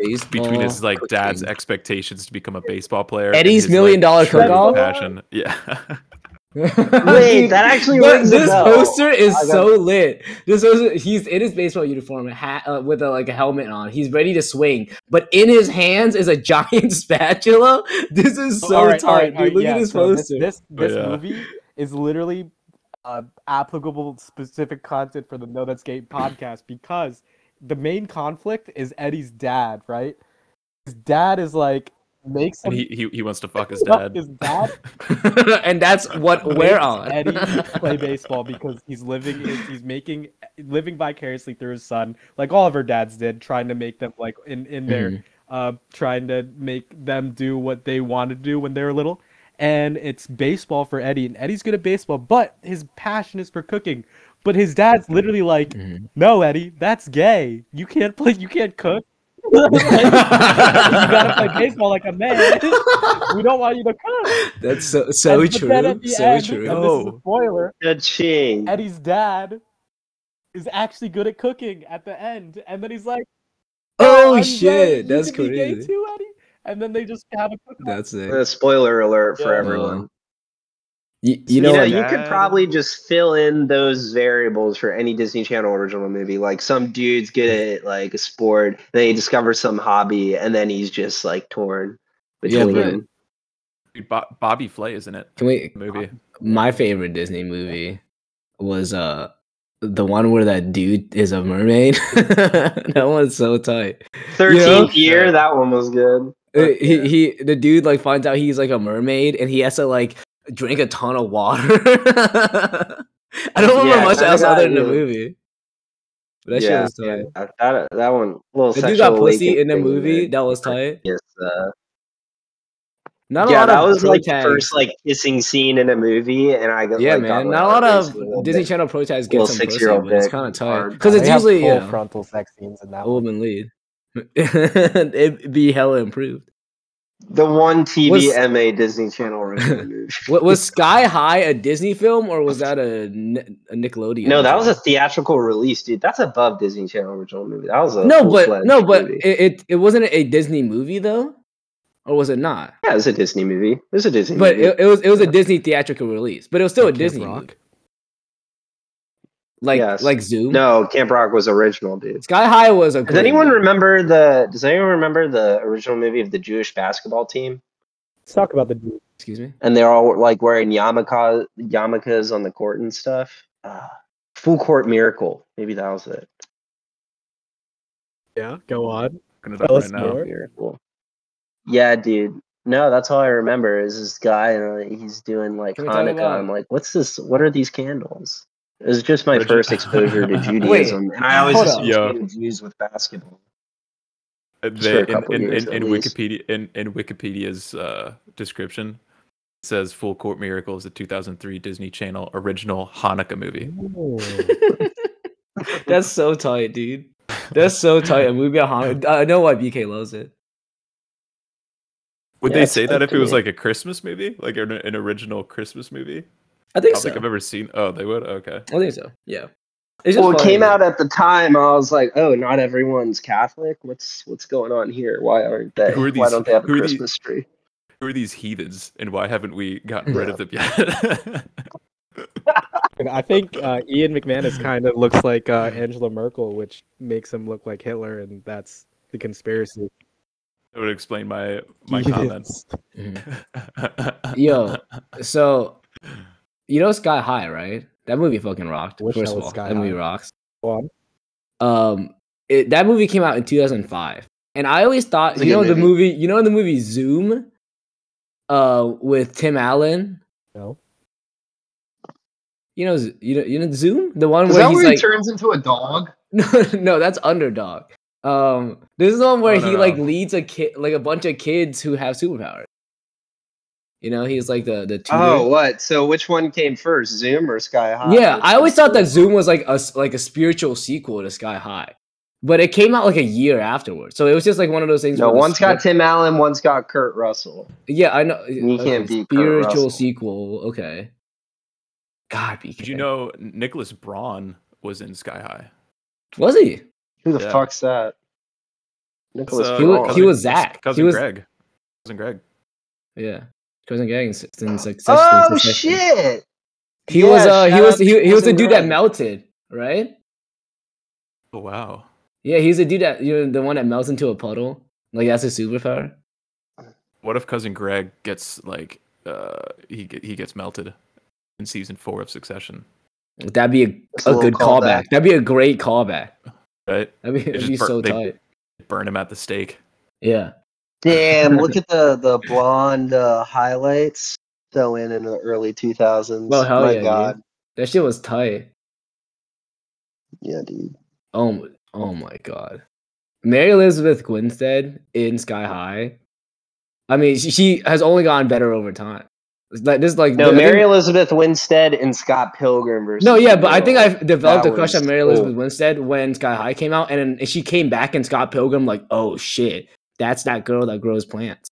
B: this.
D: between his
A: Baseball
D: like dad's
A: cooking.
D: expectations to become a baseball player.
A: Eddie's Million
D: million
A: Dollar
D: dollar
A: Cook-Off?
D: Passion. Yeah.
B: Wait,
A: Dude,
B: that actually
A: but
B: rings a
A: this
B: bell.
A: poster is
B: I got-
A: so lit. This poster, he's in his baseball uniform, a hat uh, with a, like a helmet on. He's ready to swing, but in his hands is a giant spatula. This is so
C: All right,
A: tight,
C: all right,
A: dude.
C: all right,
A: Look
C: yeah,
A: at this
C: so
A: poster.
C: This this,
D: Oh, yeah.
C: movie is literally uh, applicable specific content for the No That's Gay podcast because the main conflict is Eddie's dad, right? His dad is like makes him
D: And he, he he wants to fuck his
C: fuck
D: dad.
C: His dad
A: and that's what we're
C: makes
A: on.
C: Eddie play baseball because he's living his- he's making living vicariously through his son, like all of her dads did, trying to make them like in in their
A: Mm.
C: uh, trying to make them do what they wanted to do when they were little. And it's baseball for Eddie, and Eddie's good at baseball, but his passion is for cooking. But his dad's literally like,
A: Mhm.
C: "No, Eddie, that's gay. You can't play. You can't cook. you gotta play baseball like a man. we don't want you to cook."
A: That's so so
C: And- but
A: true.
C: then at the
A: so
C: end,
A: true.
C: And this is
D: No.
C: a spoiler.
B: Ka-ching.
C: Eddie's dad is actually good at cooking at the end, and then he's like,
A: Oh
C: I'm gay.
A: shit,
C: You
A: that's
C: can be gay
A: crazy.
C: too, Eddie." And then they just have a cook.
A: That's it.
B: Uh, spoiler alert for
C: Yeah.
B: everyone.
A: you,
B: You
A: know,
B: know,
A: what?
B: you could
D: Dad.
B: probably just fill in those variables for any Disney Channel original movie. Like some dude's good at like a sport, then he discovers some hobby, and then he's just like torn
A: Yeah,
B: between.
A: but-
D: Dude, Bo- Bobby Flay, isn't it?
A: can we?
D: Movie.
A: My favorite Disney movie was uh the one where that dude is a mermaid. that one's so tight.
B: Thirteenth
D: Yeah.
B: year, that one was good.
A: Uh, He, he the dude like finds out he's like a mermaid and he has to like drink a ton of water. I don't remember
B: Yeah,
A: much
B: I
A: else
B: got
A: other than the
B: you.
A: movie. But that shit
B: Yeah,
A: was tight.
B: yeah, that, that one little.
A: The dude
B: sexual
A: got pussy
B: awakening
A: in the
B: thing
A: movie.
B: there.
A: That was tight.
B: Yes, uh,
A: Not a
B: yeah,
A: lot
B: that
A: of
B: was
A: pro
B: like the
A: tags.
B: first like kissing scene in a movie, and I got
A: yeah,
B: like, got,
A: man.
B: like,
A: Not a lot
B: raised little
A: of Disney
B: bit.
A: Channel protests get
B: little
A: some pussy,
B: six-year-old
A: but it's
B: dick
A: kind of tight
B: hard.
A: because it's usually you know,
C: frontal sex scenes in that
A: a woman lead. It'd be hella improved.
B: The one
A: Was-
B: TVMA Disney Channel original movie.
A: What was Sky High a Disney film or was that a, Ni- a Nickelodeon?
B: No, that was a
A: film?
B: theatrical release, dude. That's above Disney Channel original movie. That was a
A: no, but
B: full-fledged
A: no, but
B: movie.
A: it, it it wasn't a Disney movie though, or was it not?
B: yeah, it was a Disney movie. It was a Disney
A: But
B: movie.
A: it, it was it was a Disney theatrical release, but it was still a Disney movie. Like
B: Yes.
A: like Zoom.
B: No, Camp Rock was original, dude.
A: Sky High was a.
B: Does anyone remember the? Does anyone remember the original movie of the Jewish basketball team?
C: Let's talk about the dude.
A: Excuse me.
B: And they're all like wearing yarmulke, yarmulkes on the court and stuff. Uh, full court miracle. Maybe that was it.
C: Yeah, go on.
D: Looking it
C: Tell
D: up right
C: us
D: now.
C: more.
B: Miracle. Yeah, dude. No, that's all I remember is this guy and uh, he's doing like
A: Can we talk
B: Hanukkah.
A: about-
B: I'm like, what's this? What are these candles? It was just my
D: Where'd you-
B: first exposure to Judaism, and I always
A: hold up.
B: associated Jews with basketball.
D: Uh,
B: Just for a
D: the, in,
B: couple
D: in,
B: years
D: in,
B: at
D: in
B: least.
D: Wikipedia in, in Wikipedia's uh, description it says Full Court Miracle is a 2003 Disney Channel original Hanukkah movie.
C: Hmm.
A: That's so tight, dude. That's so tight. A movie on I know why BK loves it.
D: Would
B: Yeah,
D: they
B: it's
D: say that if it was
B: like-
D: like a Christmas movie, like an, an original Christmas movie?
A: I
D: I
A: think
D: don't
A: so.
D: think I've ever seen. Oh, they would. Okay.
A: I think so. Yeah. It's
B: Well, it
A: funny.
B: came out at the time. I was like, "Oh, not everyone's Catholic. What's what's going on here? Why aren't they?
D: Who
B: Why
D: are these-
B: don't they have a
D: who are these-
B: Christmas tree?"
D: Who are these heathens, and why haven't we gotten rid
B: Yeah.
D: of them yet?
C: And I think uh, Ian McManus kind of looks like uh, Angela Merkel, which makes him look like Hitler, and that's the conspiracy.
D: that would explain my my
C: Yes.
D: comments. Mm-hmm.
A: Yo, so you know Sky High, right? That movie fucking rocked.
C: Wish I
A: First of
C: was
A: all,
C: Sky
A: that movie
C: High.
A: rocks.
C: Go on.
A: Um, it, that movie came out in 2005, and I always thought,
B: It's a
A: you know,
B: good
A: the movie, you know, the movie Zoom, uh, with Tim Allen.
C: No.
A: You know, Z- you know, you know Zoom, the one
F: Is
A: where
F: that
A: he's
F: where he
A: like,
F: turns into a dog?
A: no, no, that's Underdog. Um, this is the one where
D: Oh, no,
A: he like
D: no.
A: leads a kid, like a bunch of kids who have superpowers. You know, he's like the the tutor.
B: Oh, what? So which one came first, Zoom or Sky High?
A: Yeah, I always thought that
B: Zoom.
A: Zoom was like a s- like a spiritual sequel to Sky High, but it came out like a year afterwards, so it was just like one of those things.
B: No,
A: where the
B: one's got
A: script-
B: Tim Allen, one's got Kurt Russell.
A: yeah, I know.
B: You
A: okay,
B: can't beat Kurt
A: spiritual
B: Russell.
A: sequel. Okay. God, BK.
D: Did you know Nicholas Braun was in Sky High?
A: Was he?
B: Who the
D: Yeah.
B: fuck's that? Nicholas.
D: So,
A: He wa-
B: Braun.
A: he was Zach.
D: Cousin
A: He was-
D: Greg. Cousin Greg.
A: Yeah. Cousin Gang in Sixth and Sixth.
B: oh shit!
A: He
B: Yeah,
A: was. Uh, he
B: shout
A: was.
B: out to
A: He, he was the
B: Cousin
A: dude that
B: Greg.
A: melted, right?
D: Oh wow.
A: Yeah, he's the dude that you know the one that melts into a puddle. Like that's his superpower.
D: What if cousin Greg gets like uh he get, he gets melted in season four of Succession,
A: That'd be
B: That's
A: a,
B: a
A: a
B: little
A: good callback.
B: callback.
A: That'd be a great callback.
D: right?
A: That'd be, that'd
D: just
A: be
D: per-
A: so
D: they-
A: tight.
D: Burn him at the stake.
A: Yeah.
B: Damn! Look at the the blonde uh, highlights. So in in the early two thousands.
A: Well, hell
B: My
A: yeah, dude.
B: God.
A: That shit was tight.
B: Yeah, dude.
A: Oh, my- oh my god. Mary Elizabeth Winstead in Sky High. I mean, she, she has only gotten better over time. It's Like this, is like
B: No,
A: I think-
B: Mary Elizabeth Winstead and Scott Pilgrim versus.
A: No, yeah, but I think
B: Bill.
A: I've developed
B: That
A: a crush on
B: was
A: Mary
B: cool.
A: Elizabeth Winstead when Sky High came out, and, then- and she came back in Scott Pilgrim. Like, oh shit, that's that girl that grows plants.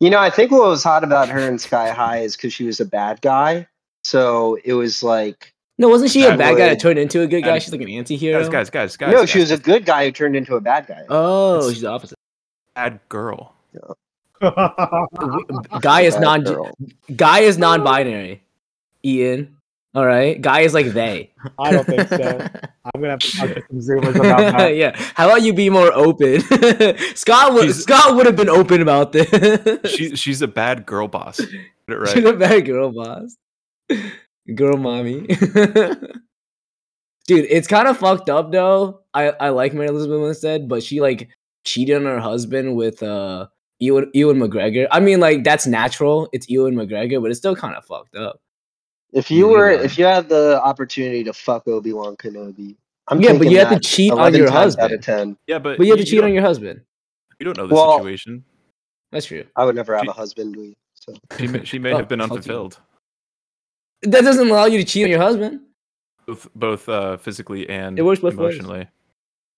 B: You know, I think what was hot about her in Sky High is because she was a bad guy. So it was like,
A: No, wasn't she a
D: That
A: bad guy that
B: was-
A: turned into a good guy?
D: that-
A: She's like an anti-hero.
D: Guys, guys, guys, guys.
B: no,
D: guys,
B: she was a good guy who turned into a bad guy.
A: Oh, she's the opposite.
D: bad girl.
A: Guy is
B: Bad
A: non.
B: girl.
A: Guy is non-binary. Ian. All right. Guy is like they.
C: I don't think so. I'm gonna have to talk to some Zoomers about that.
A: yeah. How about you be more open? Scott would
D: She's-
A: Scott would have been open about this.
D: She she's a bad girl boss. Get it
A: She's
D: right.
A: a bad girl boss. Girl mommy. Dude, it's kind of fucked up though. I, I like Mary Elizabeth Winstead, but she like cheated on her husband with uh Ewan, Ewan McGregor. I mean, like that's natural. It's Ewan McGregor, but it's still kind of fucked up.
B: If you
A: Yeah.
B: were, if you had the opportunity to fuck Obi Wan Kenobi, I'm
A: yeah, but
B: thinking
A: you have to
B: that
A: cheat on
B: 11
A: your
B: times Out
A: husband.
B: of ten,
D: Yeah, but,
A: But you have to cheat on
D: don't-
A: your husband.
D: You don't know the
B: Well-
D: situation.
A: That's true.
B: I would never have
D: She-
B: a husband. we- So
D: She may, she may
A: Oh,
D: have been
A: fuck you.
D: unfulfilled,
A: That doesn't allow you to cheat on your husband.
D: both both uh, physically and
A: It works both ways.
D: emotionally.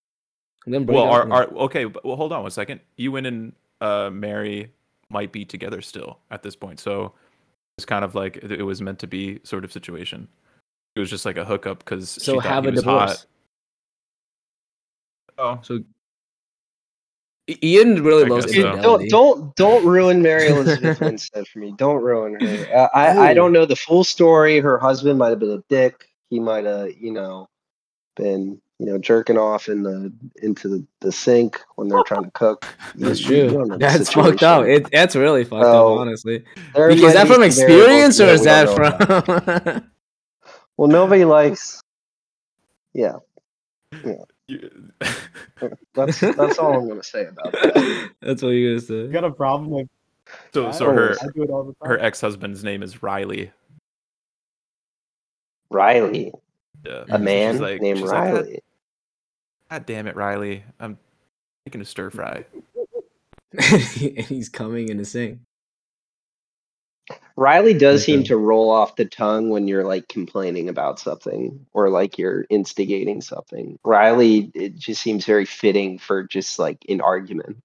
A: Then break
D: Well,
A: up
D: are,
A: with him.
D: are okay. but- Well, hold on one second. Ewan and uh, Mary might be together still at this point, so it's kind of like it it was meant to be sort of situation. It was just like a hookup because
A: so
D: she
A: have
D: thought
A: a
D: he was
A: divorce.
D: hot. Oh,
A: So I- Ian really
D: I
A: loves
D: guess
B: Dude,
D: so.
A: infidelity.
B: don't don't don't ruin Mary Elizabeth Winstead for me. Don't ruin her. Uh, I I
A: Ooh.
B: don't know the full story. Her husband might have been a dick. he might have, you know, been, you know, jerking off in the into the, the sink when they're trying to cook. You-
A: That's
B: you
A: true.
B: don't know the
A: That's fucked up.
B: situation.
A: It, that's really fucked
B: So,
A: up, honestly.
B: There
A: Like,
B: might
A: is that
B: be
A: from
B: some
A: experience
B: variables
A: or is
B: that
A: that
B: we don't know about.
A: from?
B: Well, nobody likes. Yeah,
D: You-
B: that's that's all I'm gonna say about that.
A: that's what you guys
C: You
A: said.
C: got a problem with
D: so
C: that?
D: so her
C: I do it all the time.
D: her ex husband's name is Riley.
B: Riley,
D: Yeah.
B: a
A: She's
B: man
D: like-
B: named
D: she's like, "God-
B: Riley.
D: God damn it, Riley! I'm making a stir fry.
A: and he's coming in the sink.
B: Riley does seem
A: Okay.
B: to roll off the tongue when you're like complaining about something or like you're instigating something. Riley, it just seems very fitting for just like an argument.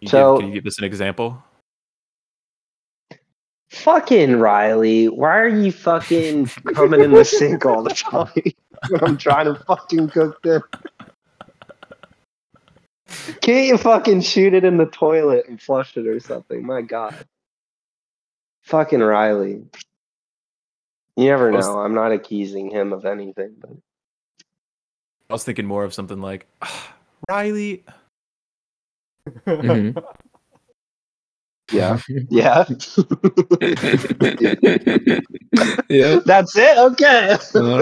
D: You
B: So-
D: give, can you give us an example?
B: Fucking Riley, why are you fucking coming in the sink all the time when I'm trying to fucking cook this? Can't you fucking shoot it in the toilet and flush it or something? My god. Fucking Riley. You never
D: I was-
B: know. I'm not accusing him of anything, but
D: I was thinking more of something like "Ah, Riley.
B: Mm-hmm.
A: Mhm.
B: yeah. Yeah.
A: yeah.
B: That's it. Okay.
A: All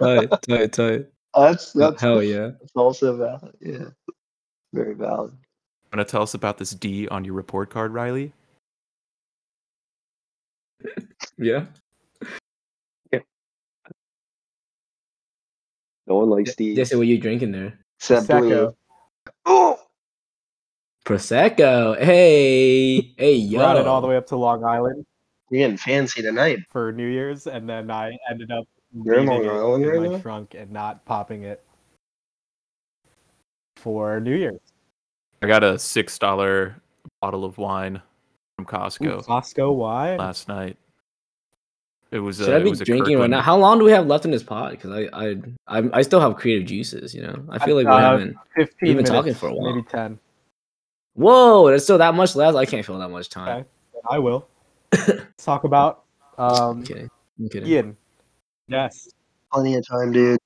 A: right. Tight, tight, tight.
B: that's that's,
A: Hell yeah.
B: that's also valid. Yeah. Very valid.
D: Want to tell us about this D on your report card, Riley?
A: Yeah.
B: No one likes these.
A: Jesse, what you drinking there?
B: Except
C: Prosecco.
B: blue. Oh,
A: Prosecco. Hey. Hey, yo.
C: Brought it all the way up to Long Island
B: you're getting fancy tonight.
C: for New Year's, and then I ended up
B: You're in Long
C: leaving it
B: Island
C: in
B: right
C: my
B: now?
C: trunk and not popping it for New Year's.
D: I got a six dollar bottle of wine from Costco
C: Costco wine.
D: last night. It was.
A: Should
D: uh,
A: I
D: it
A: be
D: was a
A: drinking right
D: Kirkland-
A: now? How long do we have left in this pod? Because I, I, I'm, I still have creative juices. You know, I feel like we
C: Uh,
A: haven't.
C: Fifteen.
A: We've been
C: minutes,
A: talking for a while.
C: Maybe ten.
A: Whoa, there's still that much left. I can't fill that much time.
C: Okay. I will. Let's talk about um,
A: I'm kidding. I'm kidding.
C: Ian. Yes.
B: Plenty of time, dude.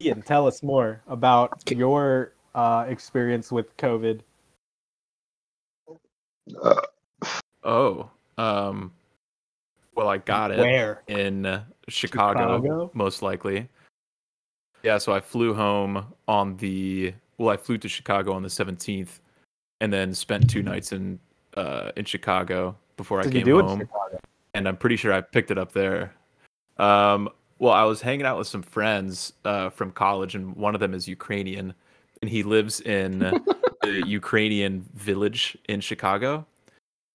C: Ian, tell us more about
A: Okay.
C: your uh, experience with COVID.
D: Oh, um, well, I got it
C: Where?
D: in uh, Chicago,
C: Chicago?
D: most likely. Yeah, so I flew home on the well, I flew to Chicago on the seventeenth, and then spent
A: Mm-hmm.
D: two nights in uh, in Chicago before
C: Did
D: I
C: you
D: came
C: do it in
D: home.
C: Chicago?
D: and I'm pretty sure I picked it up there. Um, well, I was hanging out with some friends uh, from college, and one of them is Ukrainian, and he lives in the Ukrainian village in Chicago.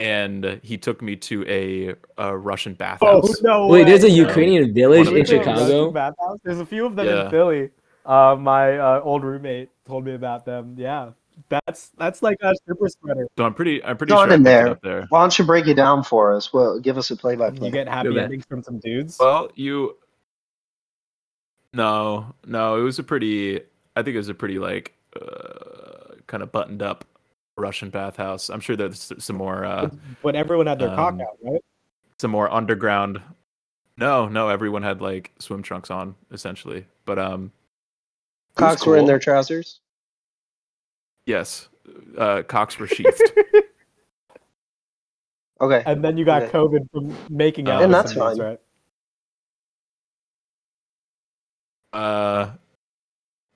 D: And he took me to a, a Russian
B: Oh,
D: bathhouse.
C: no!
A: Oh, Wait, there's a
C: way.
A: Ukrainian village
D: One of
A: in
D: the-
A: Chicago.
C: Bathhouse? There's a few of them
D: Yeah.
C: in Philly. Uh, my uh, old roommate told me about them. Yeah, that's that's like a super spreader.
D: So I'm pretty I'm pretty
B: Gone
D: sure I
B: in
D: picked
B: there.
D: it up there.
B: Why don't you break it down for us? Well, give us a play by
C: You
B: play.
C: get happy
A: Yeah.
C: endings from some dudes.
D: Well, you. No, no, it was a pretty. I think it was a pretty like uh, kind of buttoned up Russian bathhouse. I'm sure there's some more uh,
C: but everyone had their cock
D: um,
C: out, right?
D: some more underground. No, no, everyone had like swim trunks on essentially. But um,
B: Cocks were in
D: cool.
B: their trousers.
D: yes, uh, cocks were sheathed.
B: Okay.
C: And then you got
B: Okay.
C: COVID from making out.
D: Yeah,
C: with
B: that's
C: some dudes,
B: fine.
C: right?
D: uh,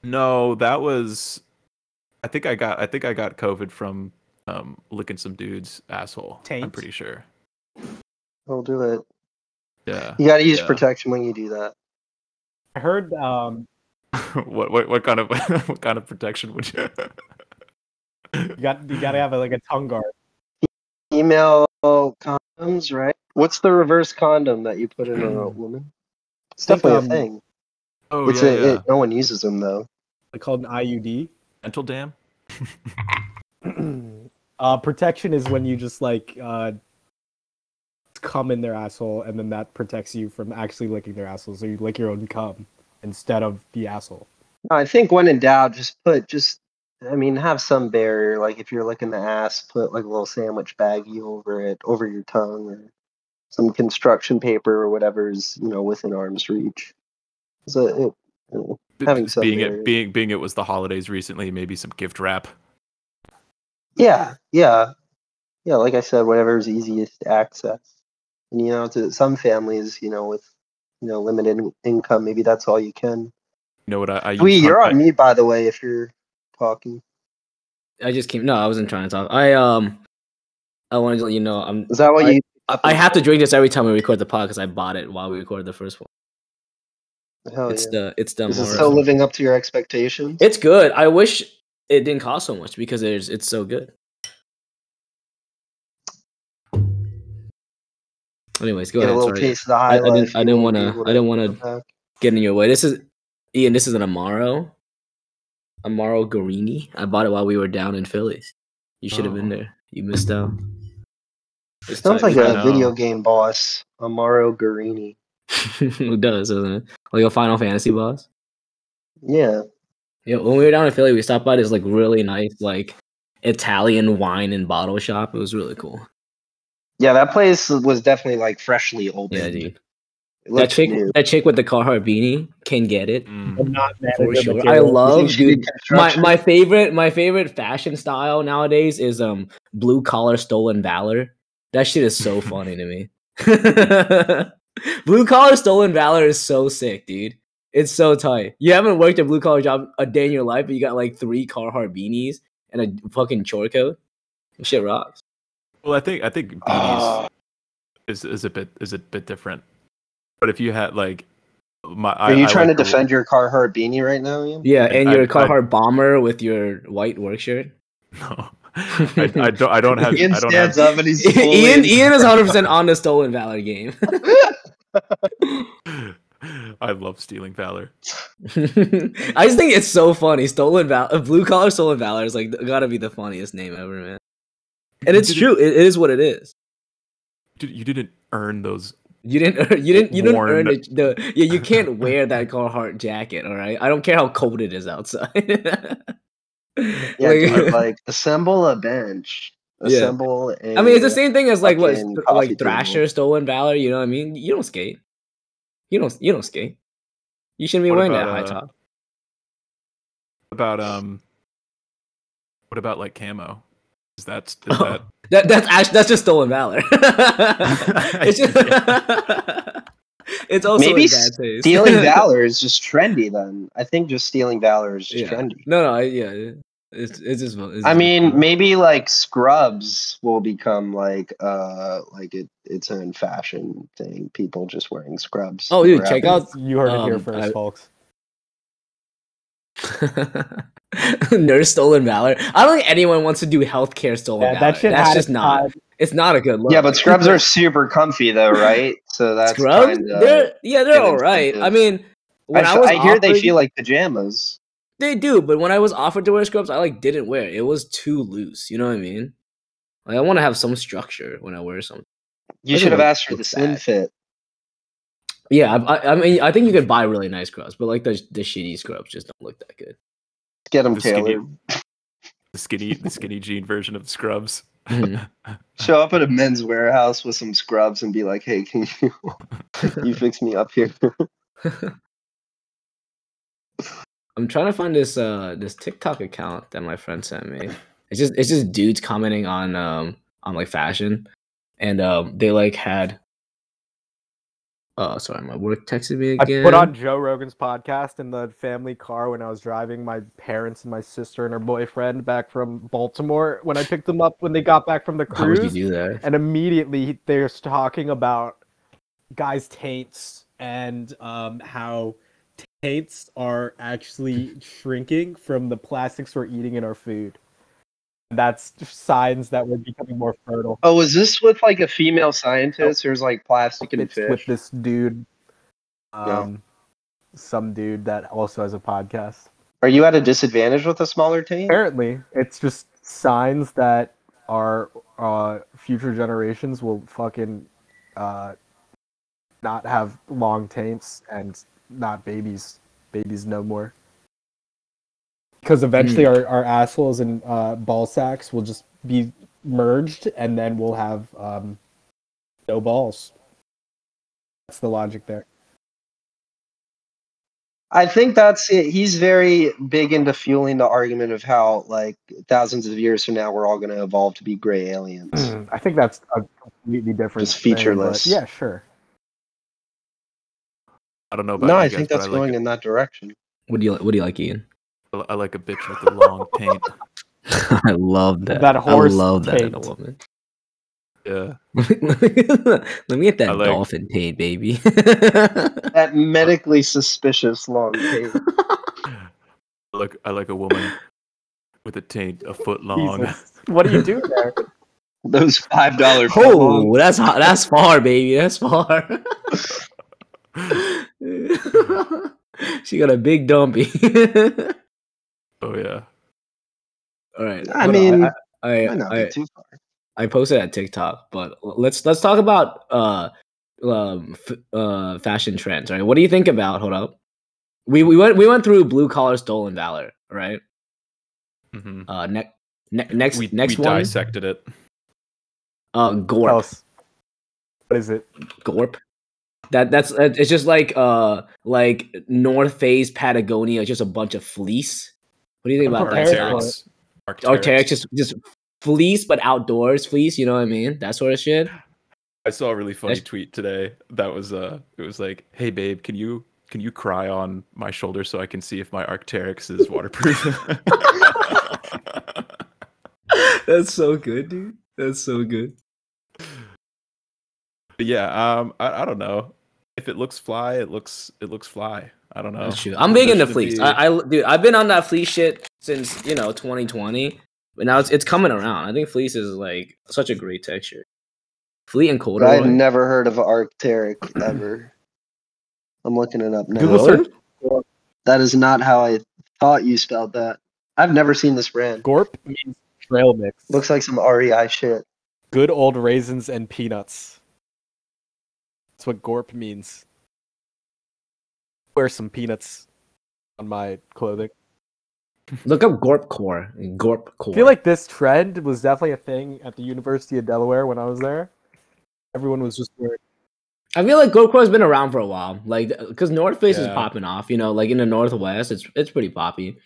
D: no, that was. I think I got. I think I got COVID from um licking some dude's asshole. I'm
C: Taint?
D: pretty sure.
B: We'll do it.
D: Yeah.
B: You got to use
D: Yeah.
B: protection when you do that.
C: I heard um,
D: what what what kind of what kind of protection would you?
C: you got you gotta have a, like a tongue guard.
B: Email condoms, right? What's the reverse condom that you put in on a woman? It's
C: Think,
B: definitely
C: um,
B: a thing.
D: Mm. oh
B: It's
D: yeah,
B: a,
D: yeah.
B: It, no one uses them though.
C: They called an IUD.
D: dental dam.
C: uh, protection is when you just like uh, cum in their asshole, and then that protects you from actually licking their asshole. So you lick your own cum instead of the asshole.
B: I think when in doubt, just put just. I mean, have some barrier. Like if you're licking the ass, put like a little sandwich baggie over it, over your tongue, or some construction paper or whatever's you know within arm's reach. So it, you know, Having
D: Just being
B: something-
D: it being being it was the holidays recently, maybe some gift wrap.
B: yeah, yeah, yeah. Like I said, whatever's easiest to access. And you know, to some families, you know, with you know limited in- income, maybe that's all you can.
D: You know what I, I used
B: Dwee,
D: on-
B: you're
D: I-
B: on mute, by the way, if you're talking.
A: I just came. No, I wasn't trying to talk. I um, I wanted to let you know. I'm.
B: Is that what you?
A: I- I have to drink this every time we record the podcast. I bought it while we recorded the first one.
B: Hell
A: it's
B: Oh, yeah.
A: the it's the
B: Is it
A: more-
B: still living up to your expectations?
A: It's good. I wish it didn't cost so much because it's it's so good. Anyways, go
B: Get a
A: ahead.
B: little
A: Sorry.
B: taste of the
A: I, I
B: high life.
A: didn't. I
B: you
A: didn't
B: know,
A: want to.
B: people
A: I didn't want to
B: that-
A: get in your way. This is Ian. This is an Amaro. Amaro Garini. I bought it while we were down in Philly. You should have been
D: Oh.
A: there. You missed out. It's
B: Sounds like
D: I
B: a
D: know.
B: video game boss, Amaro Guarini.
A: it does, doesn't it? Like a Final Fantasy boss.
B: Yeah,
A: Yeah, when we were down in Philly, we stopped by this like really nice like Italian wine and bottle shop. It was really cool.
B: yeah, that place was definitely like freshly opened.
A: Yeah, dude.
B: It
A: That
B: looked
A: chick,
B: new.
A: that chick with the Carhartt beanie can get it
D: Mm.
C: I'm not mad
A: for
C: at
A: sure. I
C: material.
A: love,
B: You think she did
A: dude. My
B: construction?
A: my favorite my favorite fashion style nowadays is um blue collar stolen valor. That shit is so funny to me. blue collar stolen valor is so sick, dude. It's so tight. You haven't worked a blue collar job a day in your life, but you got like three Carhartt beanies and a fucking chore coat. Shit rocks.
D: Well, I think I think beanies
B: Ah.
D: is is a bit is a bit different. But if you had like my,
B: Are
D: I,
B: you
D: I
B: trying
D: like
B: to
D: the-
B: defend your Carhartt beanie right now? Ian?
A: Yeah,
D: And
A: and
D: I-
A: your
D: I-
A: Carhartt bomber with your white work shirt.
D: No, I, I don't. I don't have.
B: Ian
D: I don't
B: stands
D: have.
B: up and he's fully-
A: Ian Ian is 100 percent on the stolen valor game.
D: I love stealing valor.
A: I just think it's so funny. Stolen valor, blue collar stolen valor is like gotta be the funniest name ever, man. And it's
D: Did it-
A: true. It, it is what it is.
D: Dude, you didn't earn those.
A: You didn't. Earn, you didn't. You didn't earn
D: Worn.
A: it. The, yeah, you can't wear that Carhartt jacket. All right. I don't care how cold it is outside.
B: Yeah,
A: Like-
B: dude, like assemble a bench.
A: Yeah.
B: Assemble.
A: I mean, it's the same thing as like what
B: fucking
A: th-
B: coffee
A: like
B: table.
A: Thrasher stolen valor. You know what I mean? You don't skate. You don't. You don't skate. You shouldn't be
D: What
A: wearing
D: about,
A: that high
D: uh,
A: top.
D: About um. What about like camo? Is that is
A: Oh.
D: that
A: That that's actually, that's just stolen valor. it's just. it's also
B: Maybe
A: in bad taste.
B: Stealing valor is just trendy. Then I think just stealing valor is just
A: Yeah.
B: trendy.
A: No, no, I- yeah, it- it's it's just. It's
B: I
A: just-
B: mean, maybe like scrubs will become like uh like it its own fashion thing. People just wearing scrubs.
A: Oh, dude,
B: wherever.
A: check out.
C: You heard it here
A: Um,
C: first,
A: I-
C: folks.
A: Nurse stolen valor. I don't think anyone wants to do healthcare stolen
C: Yeah,
A: valor.
C: that shit
A: Oh That's
C: had
A: just
C: its
A: not.
C: time.
A: It's not a good look.
B: Yeah, but scrubs are super comfy though, right? So that's
A: scrubs.
B: kinda-
A: they're yeah, they're
B: an
A: all right. I
B: incentive.
A: mean, when I,
B: I, f-
A: was
B: I hear they
A: offered-
B: feel like pajamas.
A: They do, but when I was offered to wear scrubs, I like didn't wear. It It was too loose. You know what I mean? Like I want to have some structure when I wear something.
B: You
A: Doesn't
B: should have
A: look-
B: asked for
A: look
B: the slim
A: bad.
B: fit.
A: Yeah, I, I, I mean, I think you could buy really nice scrubs, but like the the shitty scrubs just don't look that good.
B: Get them
D: The skinny-
B: tailored.
D: the skinny the skinny jean version of scrubs?
A: Mhm.
B: Show up at a men's warehouse with some scrubs and be like, "Hey, can you you fix me up here?"
A: I'm trying to find this uh this TikTok account that my friend sent me. It's just it's just dudes commenting on um on like fashion, and um they like had. Oh, sorry, my work texted me
C: I
A: again.
C: put on Joe Rogan's podcast in the family car when I was driving my parents and my sister and her boyfriend back from Baltimore when I picked them up when they got back from the
A: How would you
C: cruise.
A: do that?
C: And immediately he- they're s- talking about guys' taints and um, how taints are actually shrinking from the plastics we're eating in our food. That's just signs that we're becoming more fertile.
B: Oh, is this with like a female scientist? There's like plastic and
C: It's with
B: fish.
C: this dude, um, some dude that also has a podcast.
B: Are you at a disadvantage with a smaller team?
C: apparently it's just signs that our uh, future generations will fucking uh, not have long taints and not babies babies no more because eventually our, our assholes and uh, ball sacks will just be merged and then we'll have um, no balls That's the logic there.
B: I think that's it. He's very big into fueling the argument of how, like, thousands of years from now, we're all going to evolve to be gray aliens.
C: I think that's a completely different.
B: Just
C: thing, but
B: featureless.
C: yeah, sure.
D: I don't know about
B: No,
D: you
B: I
D: guys,
B: think
D: but
B: that's
D: I
B: going
D: like,
B: in that direction.
A: What do you like? What do you like, Ian?
D: a- I like a bitch with a long taint.
A: I love that.
C: That horse
A: I love that in a
C: taint.
A: woman.
D: Yeah,
A: Let me get
D: I
A: that
D: like-
A: dolphin taint, baby.
B: That medically suspicious long tail.
D: I like I like a woman with a taint a foot long.
C: Jesus. What do you do there?
B: Those five dollar.
A: oh, that's hot. That's far, baby. That's far. she got a big dumpy.
D: Oh yeah,
A: All right.
B: I
A: hold on,
B: mean,
A: I,
B: might not
A: I,
B: be too far.
A: I posted at TikTok, but l- let's let's talk about uh um f- uh fashion trends, right? What do you think about? Hold up, we we went we went through blue collar stolen valor, right?
D: hmm
A: Uh, ne- ne- next
D: we
A: next
D: we
A: one,
D: dissected it.
A: uh,
C: What
A: gorp,
B: Oh,
C: else? What is it?
A: gorp. That that's uh, it's just like uh like North Face Patagonia, just a bunch of fleece. What do you think
C: I'm
A: about that?
C: prepared
A: Zach?
C: for it.
D: Arcteryx.
A: Arc'teryx, Oh, just just fleece, but outdoors fleece. You know what I mean? That sort of shit.
D: I saw a really funny
A: That's-
D: tweet today that was uh it was like, "Hey babe, can you can you cry on my shoulder so I can see if my Arcteryx is waterproof?"
A: That's so good, dude. That's so good.
D: but yeah, um I, I don't know. If it looks fly, it looks it looks fly. I don't know.
A: That's true. Oh, I'm big
D: There
A: into
D: should
A: fleece.
D: be-
A: I, I dude, I've been on that fleece shit since you know 2020, but now it's it's coming around. I think fleece is like such a great texture. Fleece and
B: But I've
A: corduroy.
B: never heard of Arcteric ever. I'm looking it up now.
C: Google search
B: That is not how I thought you spelled that. I've never seen this brand.
C: Gorp means trail mix.
B: Looks like some REI shit.
C: good old raisins and peanuts. That's what Gorp means. Wear some peanuts on my clothing.
A: Look up Gorp Core. Gorp Core.
C: I feel like this trend was definitely a thing at the University of Delaware when I was there. Everyone was just wearing.
A: I feel like Gorp Core has been around for a while. Like because North Face is
D: Yeah.
A: popping off. You know, like in the Northwest, it's it's pretty poppy.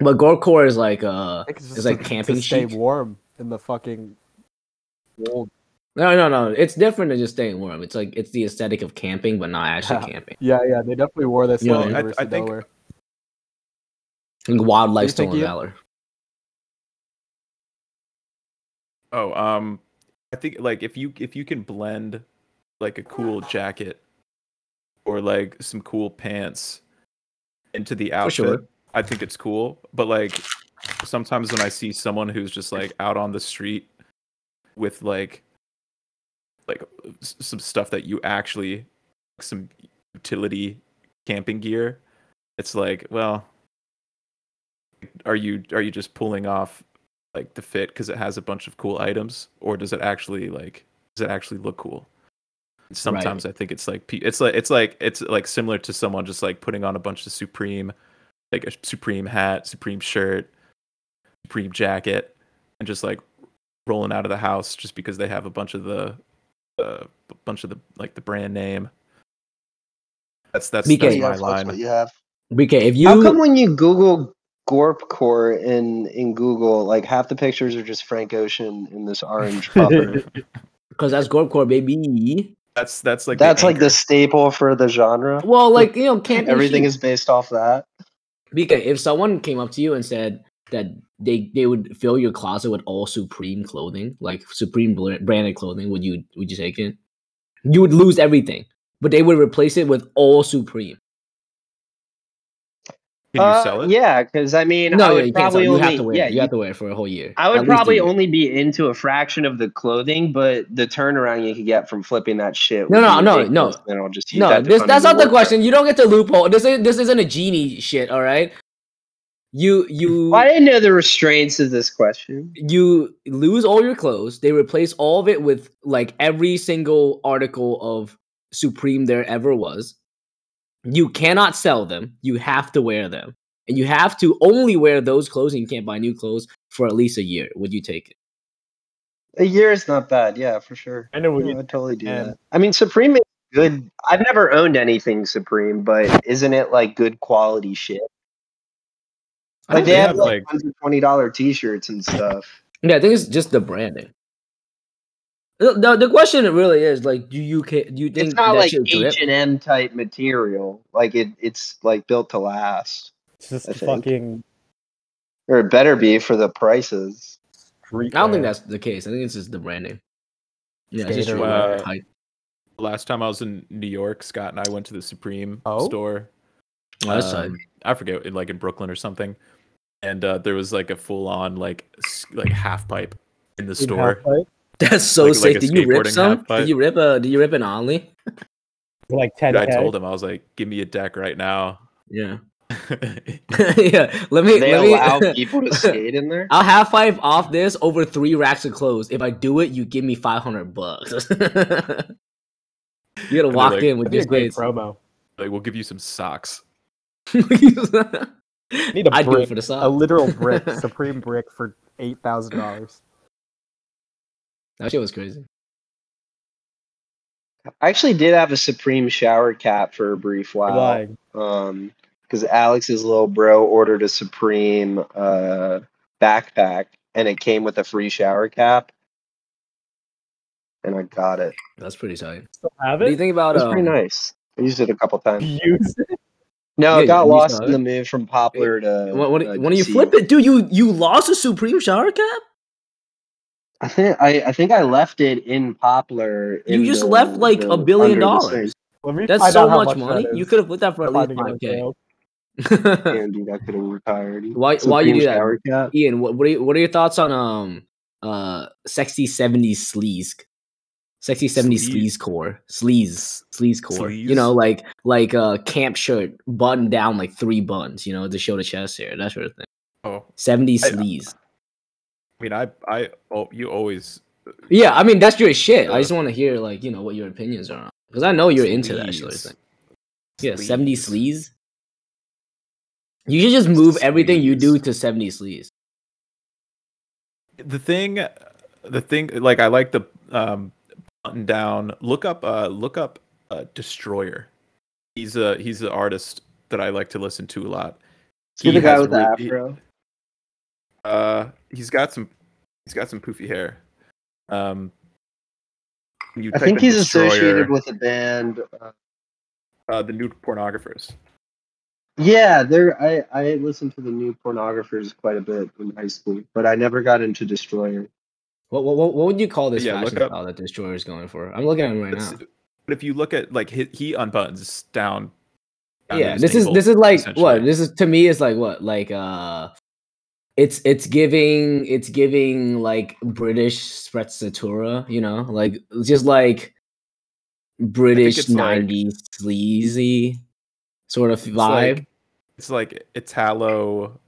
A: But Gorp Core is like uh
C: I think
A: It's like
C: to-
A: camping
C: to stay
A: chic.
C: warm in the fucking cold.
A: no no no. It's different than just staying warm. It's like it's the aesthetic of camping, but not actually
C: Yeah.
A: camping.
C: Yeah, yeah, they definitely wore this.
A: Yeah, I-
C: at the
A: I
C: University of
D: think-
C: Delaware.
A: Like wildlife
C: You think
A: stolen
C: you-
A: valor.
D: Oh, um, I think like if you if you can blend like a cool jacket or like some cool pants into the outfit,
A: sure.
D: I think it's cool. But like sometimes when I see someone who's just like out on the street with like like s- some stuff that you actually some utility camping gear, it's like, well, are you are you just pulling off like the fit because it has a bunch of cool items, or does it actually like does it actually look cool? And Sometimes I think it's like pe- it's like it's like it's like similar to someone just like putting on a bunch of Supreme, like a Supreme hat, Supreme shirt, Supreme jacket, and just like rolling out of the house just because they have a bunch of the uh, a bunch of the like the brand name. That's that's,
A: Because-
D: that's
A: Yeah,
D: my
B: that's what
D: line.
B: you have.
A: BK, if you
B: How come when you Google Gorp Core in in Google, like half the pictures are just Frank Ocean in this orange puffer?
A: Because that's Gorp Core, baby.
D: That's that's like
B: That's like
D: anchor.
B: the staple for the genre.
A: Well, like, you know, camping.
B: Everything
A: shit.
B: is based off that.
A: Because if someone came up to you and said that they they would fill your closet with all Supreme clothing, like Supreme bl- branded clothing, would you would you take it? You would lose everything, but they would replace it with all Supreme.
D: Can you
B: Uh,
D: sell it?
B: Yeah, because I mean, I
A: no,
B: would
A: you can't. sell
B: probably
A: it. You
B: only
A: have to wear.
B: yeah,
A: it. you have to wear it for a whole year.
B: I
A: At
B: would
A: least a
B: probably
A: year.
B: only be into a fraction of the clothing, but the turnaround you could get from flipping that shit.
A: No,
B: would
A: no,
B: be
A: no,
B: ridiculous,
A: no.
B: and I'll just use
A: No,
B: that to
A: this
B: fund
A: that's
B: the
A: not the
B: wardrobe.
A: question. You don't get to loophole. This is this isn't a genie shit. All right, you you.
B: Well, I didn't know the restraints of this question.
A: you lose all your clothes. They replace all of it with like every single article of Supreme there ever was. You cannot sell them. You have to wear them. And you have to only wear those clothes and you can't buy new clothes for at least a year. Would you take it?
B: A year is not bad, yeah, for sure.
C: I know Oh,
B: Yeah, I would totally do
C: and-
B: that. I mean, Supreme makes good. I've never owned anything Supreme, but isn't it like good quality shit?
D: I don't
B: Like they
D: think
B: have like hundred twenty dollar T-shirts and stuff.
A: Yeah, I think it's just the branding. The, the, the question really is like, do you ca- do you think
B: It's not
A: that
B: like
A: shit drip?
B: H and M type material. Like it, it's like built to last,
C: It's just
B: I
C: the
B: think.
C: fucking
B: or it better be for the prices.
C: street.
A: I don't think
C: wear.
A: that's the case. I think it's just the branding. Yeah, it's just
C: Skater
A: really
D: wear.
A: hype.
D: last time I was in New York, Scott and I went to the Supreme
C: Oh?
D: store.
A: Oh, that's tight.
D: Um, I forget, in, like in Brooklyn or something. And uh, there was like a full on like s- like half pipe in the
C: You'd
D: store.
C: have, like-
A: That's so
D: Like-
A: sick.
D: like a
A: did you rip
D: skateboarding
A: some?
D: half pipe.
A: Did you rip a? Did you rip an Ollie?
C: Like ten.
D: Dude, I told him I was like, "Give me a deck right now."
A: Yeah, yeah. Let me.
B: they
A: let me-
B: allow people to skate in there.
A: I'll half five off this over three racks of clothes. If I do it, you give me five hundred bucks. you gotta walk
D: like,
A: in with
C: That'd be
A: your
C: a great
A: grades.
C: promo.
D: like, we'll give you some socks.
A: Need
C: Need a
A: do it
C: brick,
A: for the song.
C: A literal brick, supreme brick for eight thousand dollars.
A: that shit was crazy.
B: I actually did have a Supreme shower cap for a brief while.
C: Lying.
B: Um, because Alex's little bro ordered a Supreme uh backpack, and it came with a free shower cap, and I got it.
A: That's pretty tight.
C: Still have
A: What do you
C: it?
A: think
B: It
A: about
B: was pretty
A: um,
B: nice. I used it a couple times.
C: Use it.
B: No,
A: Yeah,
B: it got
A: you
B: lost
A: saw
B: in
A: it.
B: the move from Poplar to.
A: When, when,
B: uh,
A: when you
B: DC.
A: flip it, dude, you you lost a supreme shower cap.
B: I think I, I think I left it in Poplar.
A: You
B: in
A: just left, like, a billion
B: under the sink.
A: dollars.
C: Let me
A: That's
C: find
A: so
C: out how
A: much, money.
C: that
A: You
C: is.
A: could have put that for at
C: Finding
A: least
C: it on
A: five k.
C: sale.
B: Damn, dude, I could have retired.
A: Why- why you do that?
B: that?
A: Ian, what what are, you, what are your thoughts on um uh sexy seventies sleaze, sexy seventies
D: Sleaze.
A: sleaze core, sleaze, sleaze core? You
D: Sleaze?
A: know, like like uh camp shirt button down like three buttons, you know, to show the chest hair, that sort of thing.
D: Oh,
A: Seventies
D: I-
A: sleaze.
D: I mean, I I oh, you always
A: Yeah, I mean that's your shit. I
D: Yeah.
A: just want to hear like you know what your opinions are on because I know you're into that sort of
D: Sleaze.
A: thing. Yeah, seventy
D: Sleaze.
A: sleaze. You should just move everything you
D: Sleaze.
A: do to seventy sleaze.
D: the thing the thing like i like the um button down look up uh look up uh destroyer he's a he's the artist that i like to listen to a lot
B: See the
D: He
B: guy
D: has
B: with the
D: re- he-
B: afro.
D: uh he's got some he's got some poofy hair um you
B: I
D: type
B: think
D: in
B: he's
D: Destroyer,
B: associated with a band. Uh,
D: uh, the nude pornographers
B: yeah, there. I I listened to the new pornographers quite a bit in high school, but I never got into Destroyer.
A: What, what, what would you call this
D: Yeah,
A: fashion
D: look up-
A: style that Destroyer is going for? I'm looking at him right now.
D: It's- but if you look at like he, he unbuttons down, down to
A: yeah
D: his
A: this is
D: ankle,
A: this is like
D: essentially.
A: what this is to me is like what like uh it's it's giving it's giving like british sprezzatura you know like just like british
D: it's like-
A: 90s sleazy sort of
D: It's like-
A: vibe
D: it's like italo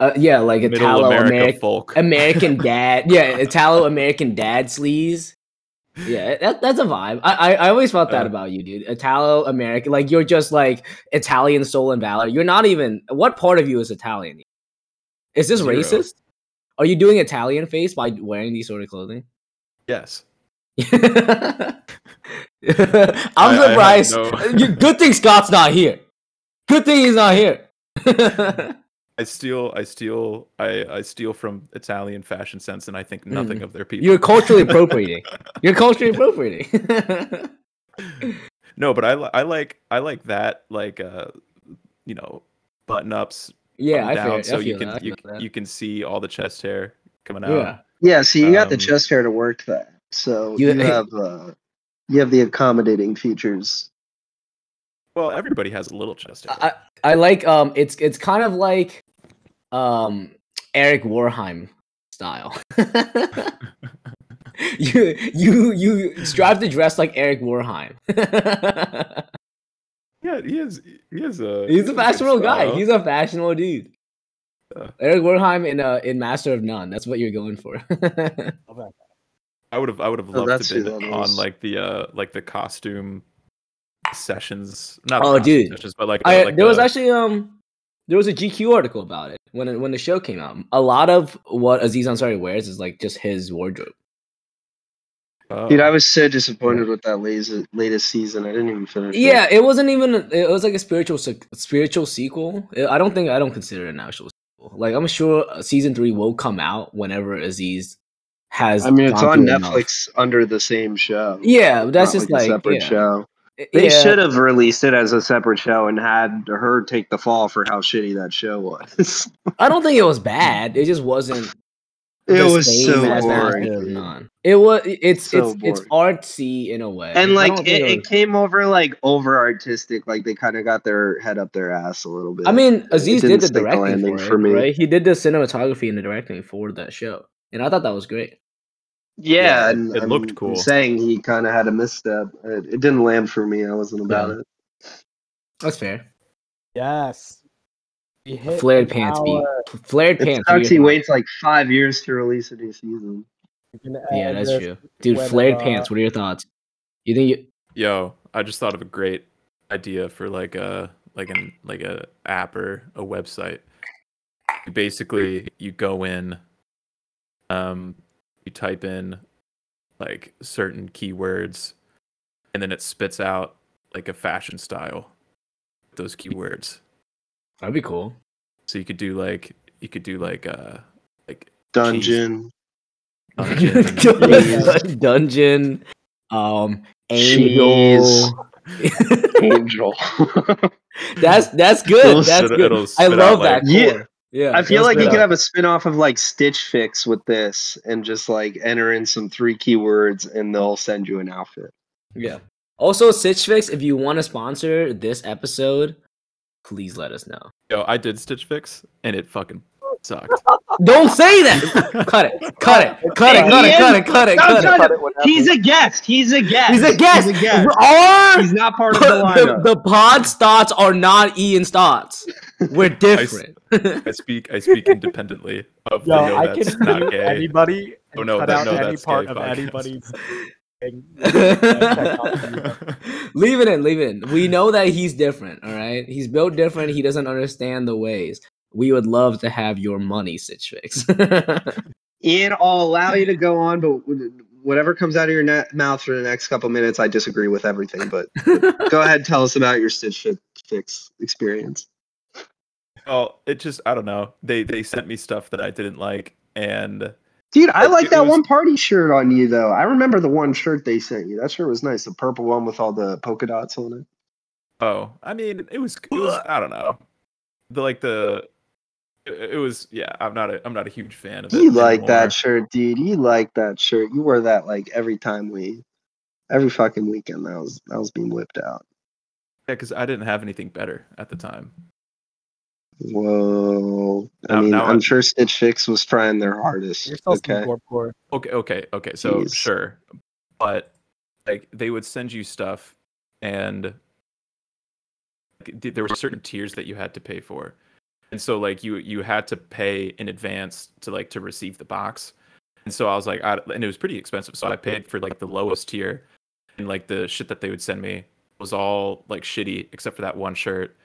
A: uh, yeah like
D: middle
A: italo
D: America
A: american
D: folk.
A: american dad yeah italo american dad sleaze yeah that, that's a vibe I, I i always felt that
D: Uh.
A: about you dude italo american like you're just like italian soul and valor you're not even what part of you is italian is this
D: Zero.
A: racist are you doing italian face by wearing these sort of clothing
D: yes.
A: i'm
D: I- I have
A: surprised
D: no-
A: You- good thing scott's not here good thing he's not here
D: I steal, I steal, I, I steal from Italian fashion sense, and I think
A: Mm.
D: nothing of their people.
A: you're culturally appropriating you're culturally appropriating
D: no, but I, li- I like, I like that, like, uh, you know, button ups,
A: Yeah,
D: button
A: I
D: down,
A: feel,
D: so
A: I feel
D: you can,
A: that. I
D: you,
A: feel that.
D: you uh, can see all the chest hair coming out.
A: Yeah.
B: Yeah, so you got the
D: Um,
B: chest hair to work that. So
A: You-
B: you, have uh, you have the accommodating features.
D: Well, everybody has a little chest hair.
A: I, I like um, it's it's kind of like um Eric Warheim style. you you you strive to dress like Eric Warheim.
D: yeah, he is, he is a, he
A: He's
D: has
A: a
D: good
A: fashionable guy.
D: style.
A: He's a fashionable dude.
D: Yeah.
A: Eric Warheim in uh in Master of None. That's what you're going for.
D: I would have, I would have
B: Oh,
D: loved
B: that's
D: to
B: who
D: have been
B: that
D: on
B: is.
D: like the, uh, like the costume sessions. Not
A: Oh,
D: costume
A: dude.
D: sessions, but like, the-
A: I,
D: like uh,
A: there was
D: the-
A: actually um there was a GQ article about it when it, when the show came out. A lot of what Aziz Ansari wears is like just his wardrobe.
D: Oh.
B: Dude, I was so disappointed with that latest, latest season. I didn't even finish. it.
A: Yeah, it wasn't even. It was like a spiritual se- spiritual sequel. I- I don't think I don't consider it an actual sequel. Like I'm sure uh, season three will come out whenever Aziz has.
B: I mean, it's
A: gone
B: on
A: through enough.
B: Netflix under the same show.
A: Yeah, but that's
B: Not
A: just
B: like
A: like,
B: a separate
A: yeah.
B: show.
A: I-
B: They
A: yeah.
B: should have released it as a separate show and had her take the fall for how shitty that show was.
A: I don't think it was bad. It just wasn't.
B: it
A: the
B: was
A: same
B: so
A: as Master
B: boring.
A: of None. It was. It's
B: So
A: it's it's artsy in a way.
B: And
A: I
B: like
A: don't
B: it,
A: think
B: it came over like over artistic, like they kind of got their head up their ass a little bit.
A: I mean, Aziz
B: didn't
A: did the
B: stick the
A: directing
B: landing
A: for, it,
B: for me.
A: right? He did the cinematography and the directing for that show, and I thought that was great.
B: yeah,
D: yeah,
B: and,
D: it
B: I'm
D: looked cool.
B: Saying he kind of had a misstep, it, it didn't land for me. I wasn't about
A: Yeah.
B: it.
A: That's fair.
C: Yes. We hit
A: Flared
C: an
A: pants beat.
C: hour.
A: P- Flared
B: It
A: pants.
B: sucks.
A: beat.
B: He waits like five years to release a new season.
C: We can
A: Yeah,
C: add
A: that's
C: this.
A: true, dude.
C: when,
A: Flared
C: uh,
A: pants. What are your thoughts? You think you,
D: Yo, I just thought of a great idea for like a like an like a app or a website. Basically, you go in, um, you type in like certain keywords, and then it spits out like a fashion style. with Those keywords,
A: that'd be cool?
D: so you could do like you could do like uh like
B: Dungeon.
D: dungeon.
B: Jeez.
A: Dungeon. Um.
B: Jeez.
A: Angel.
B: Angel.
A: that's that's
D: It'll
A: good. That's
D: spit-
A: good.
D: it'll
A: I
D: spit
A: love
D: out,
A: that.
D: like-
B: Yeah.
A: core. Yeah.
B: I feel
A: it'll
B: like
A: spit
B: you
A: out.
B: could have a spin-off of like Stitch Fix with this and just like enter in some three keywords and they'll send you an outfit.
A: Yeah. Also, Stitch Fix, if you want to sponsor this episode, please let us know.
D: Yo, I did Stitch Fix, and it fucking sucked.
A: Don't say that. cut it. Cut it. Cut it. Cut it. Cut it. Cut it.
B: No,
A: Cut
B: no,
A: it.
B: no. He's a guest. He's a guest.
A: He's a guest.
B: He's a guest.
A: Our
B: He's not part of the
A: the,
B: lineup.
A: the pod thoughts are not Ian's thoughts. We're different.
D: I speak I speak independently of
C: Yo,
D: the yo,
C: I
D: that's
C: can
D: not
C: mute
D: gay.
C: anybody and
D: Oh, no,
C: cut
D: that-
C: out
D: no,
C: any
D: that's
C: part
D: gay
C: of
D: podcast.
C: anybody's thing.
A: leave it in. Leave it in. We know that he's different. All right. He's built different. He doesn't understand the ways. We would love to have your money, Stitch Fix.
B: Ian, I'll allow you to go on, but whatever comes out of your na- mouth for the next couple minutes, I disagree with everything. But go ahead, tell us about your Stitch Fi- Fix experience.
D: Oh, it just I don't know. They they sent me stuff that I didn't like, and
B: Dude, I like
D: It
B: that
D: was-
B: one party shirt on you though. I remember the one shirt they sent you. That shirt was nice, the purple one with all the polka dots on it.
D: oh, I mean it was, it was I don't know. The like the it it was yeah. I'm not a I'm not a huge fan of it.
B: You like
D: anymore.
B: that shirt, dude. You like that shirt. You wear that like every time we every fucking weekend that was that was being whipped out.
D: Yeah, because I didn't have anything better at the time.
B: Whoa. I
D: Now-
B: mean,
D: now
B: I'm
D: I-
B: sure Stitch Fix was trying their hardest.
C: You're still
B: Okay.
C: poor.
D: Okay, okay, okay. So
B: Jeez.
D: sure, but like they would send you stuff, and like, th- there were certain tiers that you had to pay for, and so like you you had to pay in advance to like to receive the box, and so I was like, I, and it was pretty expensive, so I paid for like the lowest tier, and like the shit that they would send me was all like shitty except for that one shirt,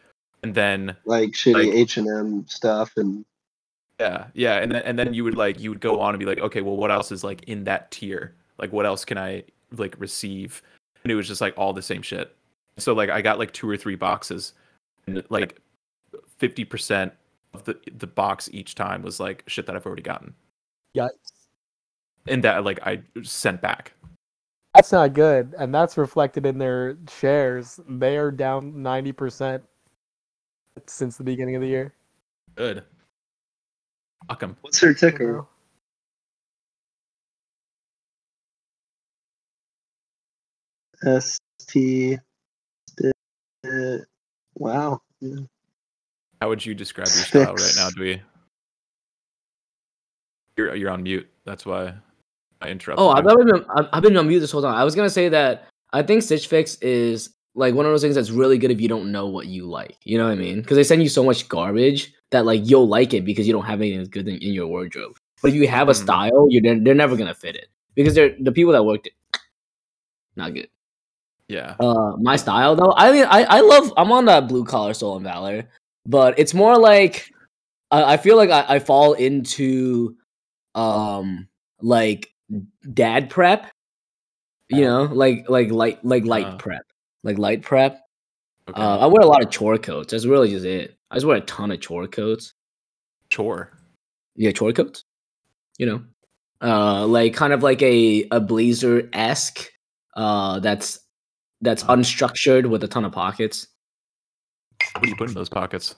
D: and then
B: Like shitty
D: Like-
B: H and M stuff and
D: yeah, yeah, and then and then you would like you would go on and be like, okay, well, what else is like in that tier? Like, what else can I like receive? And it was just like all the same shit. So like I got like two or three boxes, and like fifty percent of the the box each time was like shit that I've already gotten,
C: Yikes.
D: and that like I sent back.
C: That's not good, and that's reflected in their shares. They are down ninety percent since the beginning of the year.
D: Good. Fuck 'em.
B: what's their ticker? S T Stitch. Wow. Yeah.
D: How would you describe your style right now,
B: Six.
D: Dewey? You're you're on mute. That's why I interrupted.
A: Oh, I've
D: you.
A: I've been I've- I've been on mute this whole time. I was gonna say that I think Stitch Fix is like one of those things that's really good if you don't know what you like. You know what I mean? Because they send you so much garbage that like you'll like it because you don't have anything good in, in your wardrobe. But if you have a
D: Mhm.
A: style, you're they're, they're never gonna fit it because they're the people that worked it. Not good.
D: yeah.
A: Uh, my style though, I mean, I I love. I'm on that blue collar soul and valor, but it's more like I, I feel like I, I fall into um like dad prep You know, like like light like light
D: Uh.
A: prep, like light prep.
D: Okay.
A: Uh, I wear a lot of chore coats. That's really just it. I just wear a ton of chore coats.
D: Chore.
A: Yeah, chore coats. You know, uh, like kind of like a a blazer esque. Uh, that's that's unstructured with a ton of pockets.
D: What do you put in those pockets?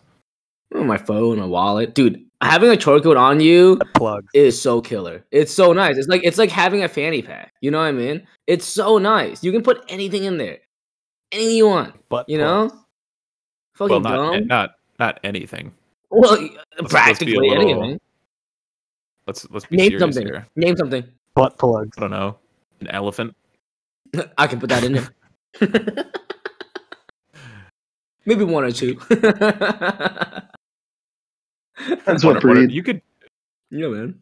A: Oh, My phone, my wallet, dude. Having a chore coat on you
F: plug.
A: is so killer. It's so nice. It's like it's like having a fanny pack. You know what I mean? It's so nice. You can put anything in there, anything you want.
F: But
A: You know,
D: well,
A: fucking
D: not,
A: dumb.
D: not not anything.
A: well, y-
D: let's be a
A: practically
D: little-
A: anything.
D: Let's let's be
A: Name
D: serious
A: something.
D: here.
A: Name something.
F: butt plugs.
D: I don't know. An elephant.
A: I can put that in there. Maybe one or two.
B: That's what
D: What- what-
B: breed.
D: you could
A: yeah, man.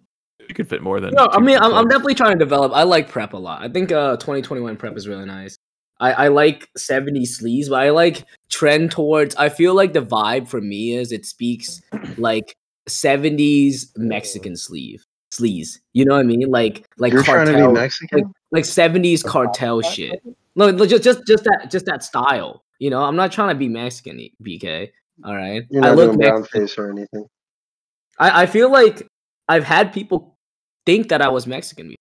D: you could fit more than.
A: No, I
D: two
A: mean, I'm, I'm
D: people.
A: definitely trying to develop. I like prep a lot. I think uh, 2021 prep is really nice. I, I like 70 sleaze, but I like trend towards. I feel like the vibe for me is it speaks like 70s Mexican sleeve sleaze. You know what I mean? Like like
B: You're trying to be
A: cartel,
B: Mexican?
A: like 70s cartel shit. No, no, just just just that just that style. You know, I'm not trying to be Mexican, BK. All right,
B: You're
A: I
B: not
A: look
B: doing
A: Mexican.
B: brown face or anything.
A: I, I feel like I've had people think that I was Mexican before,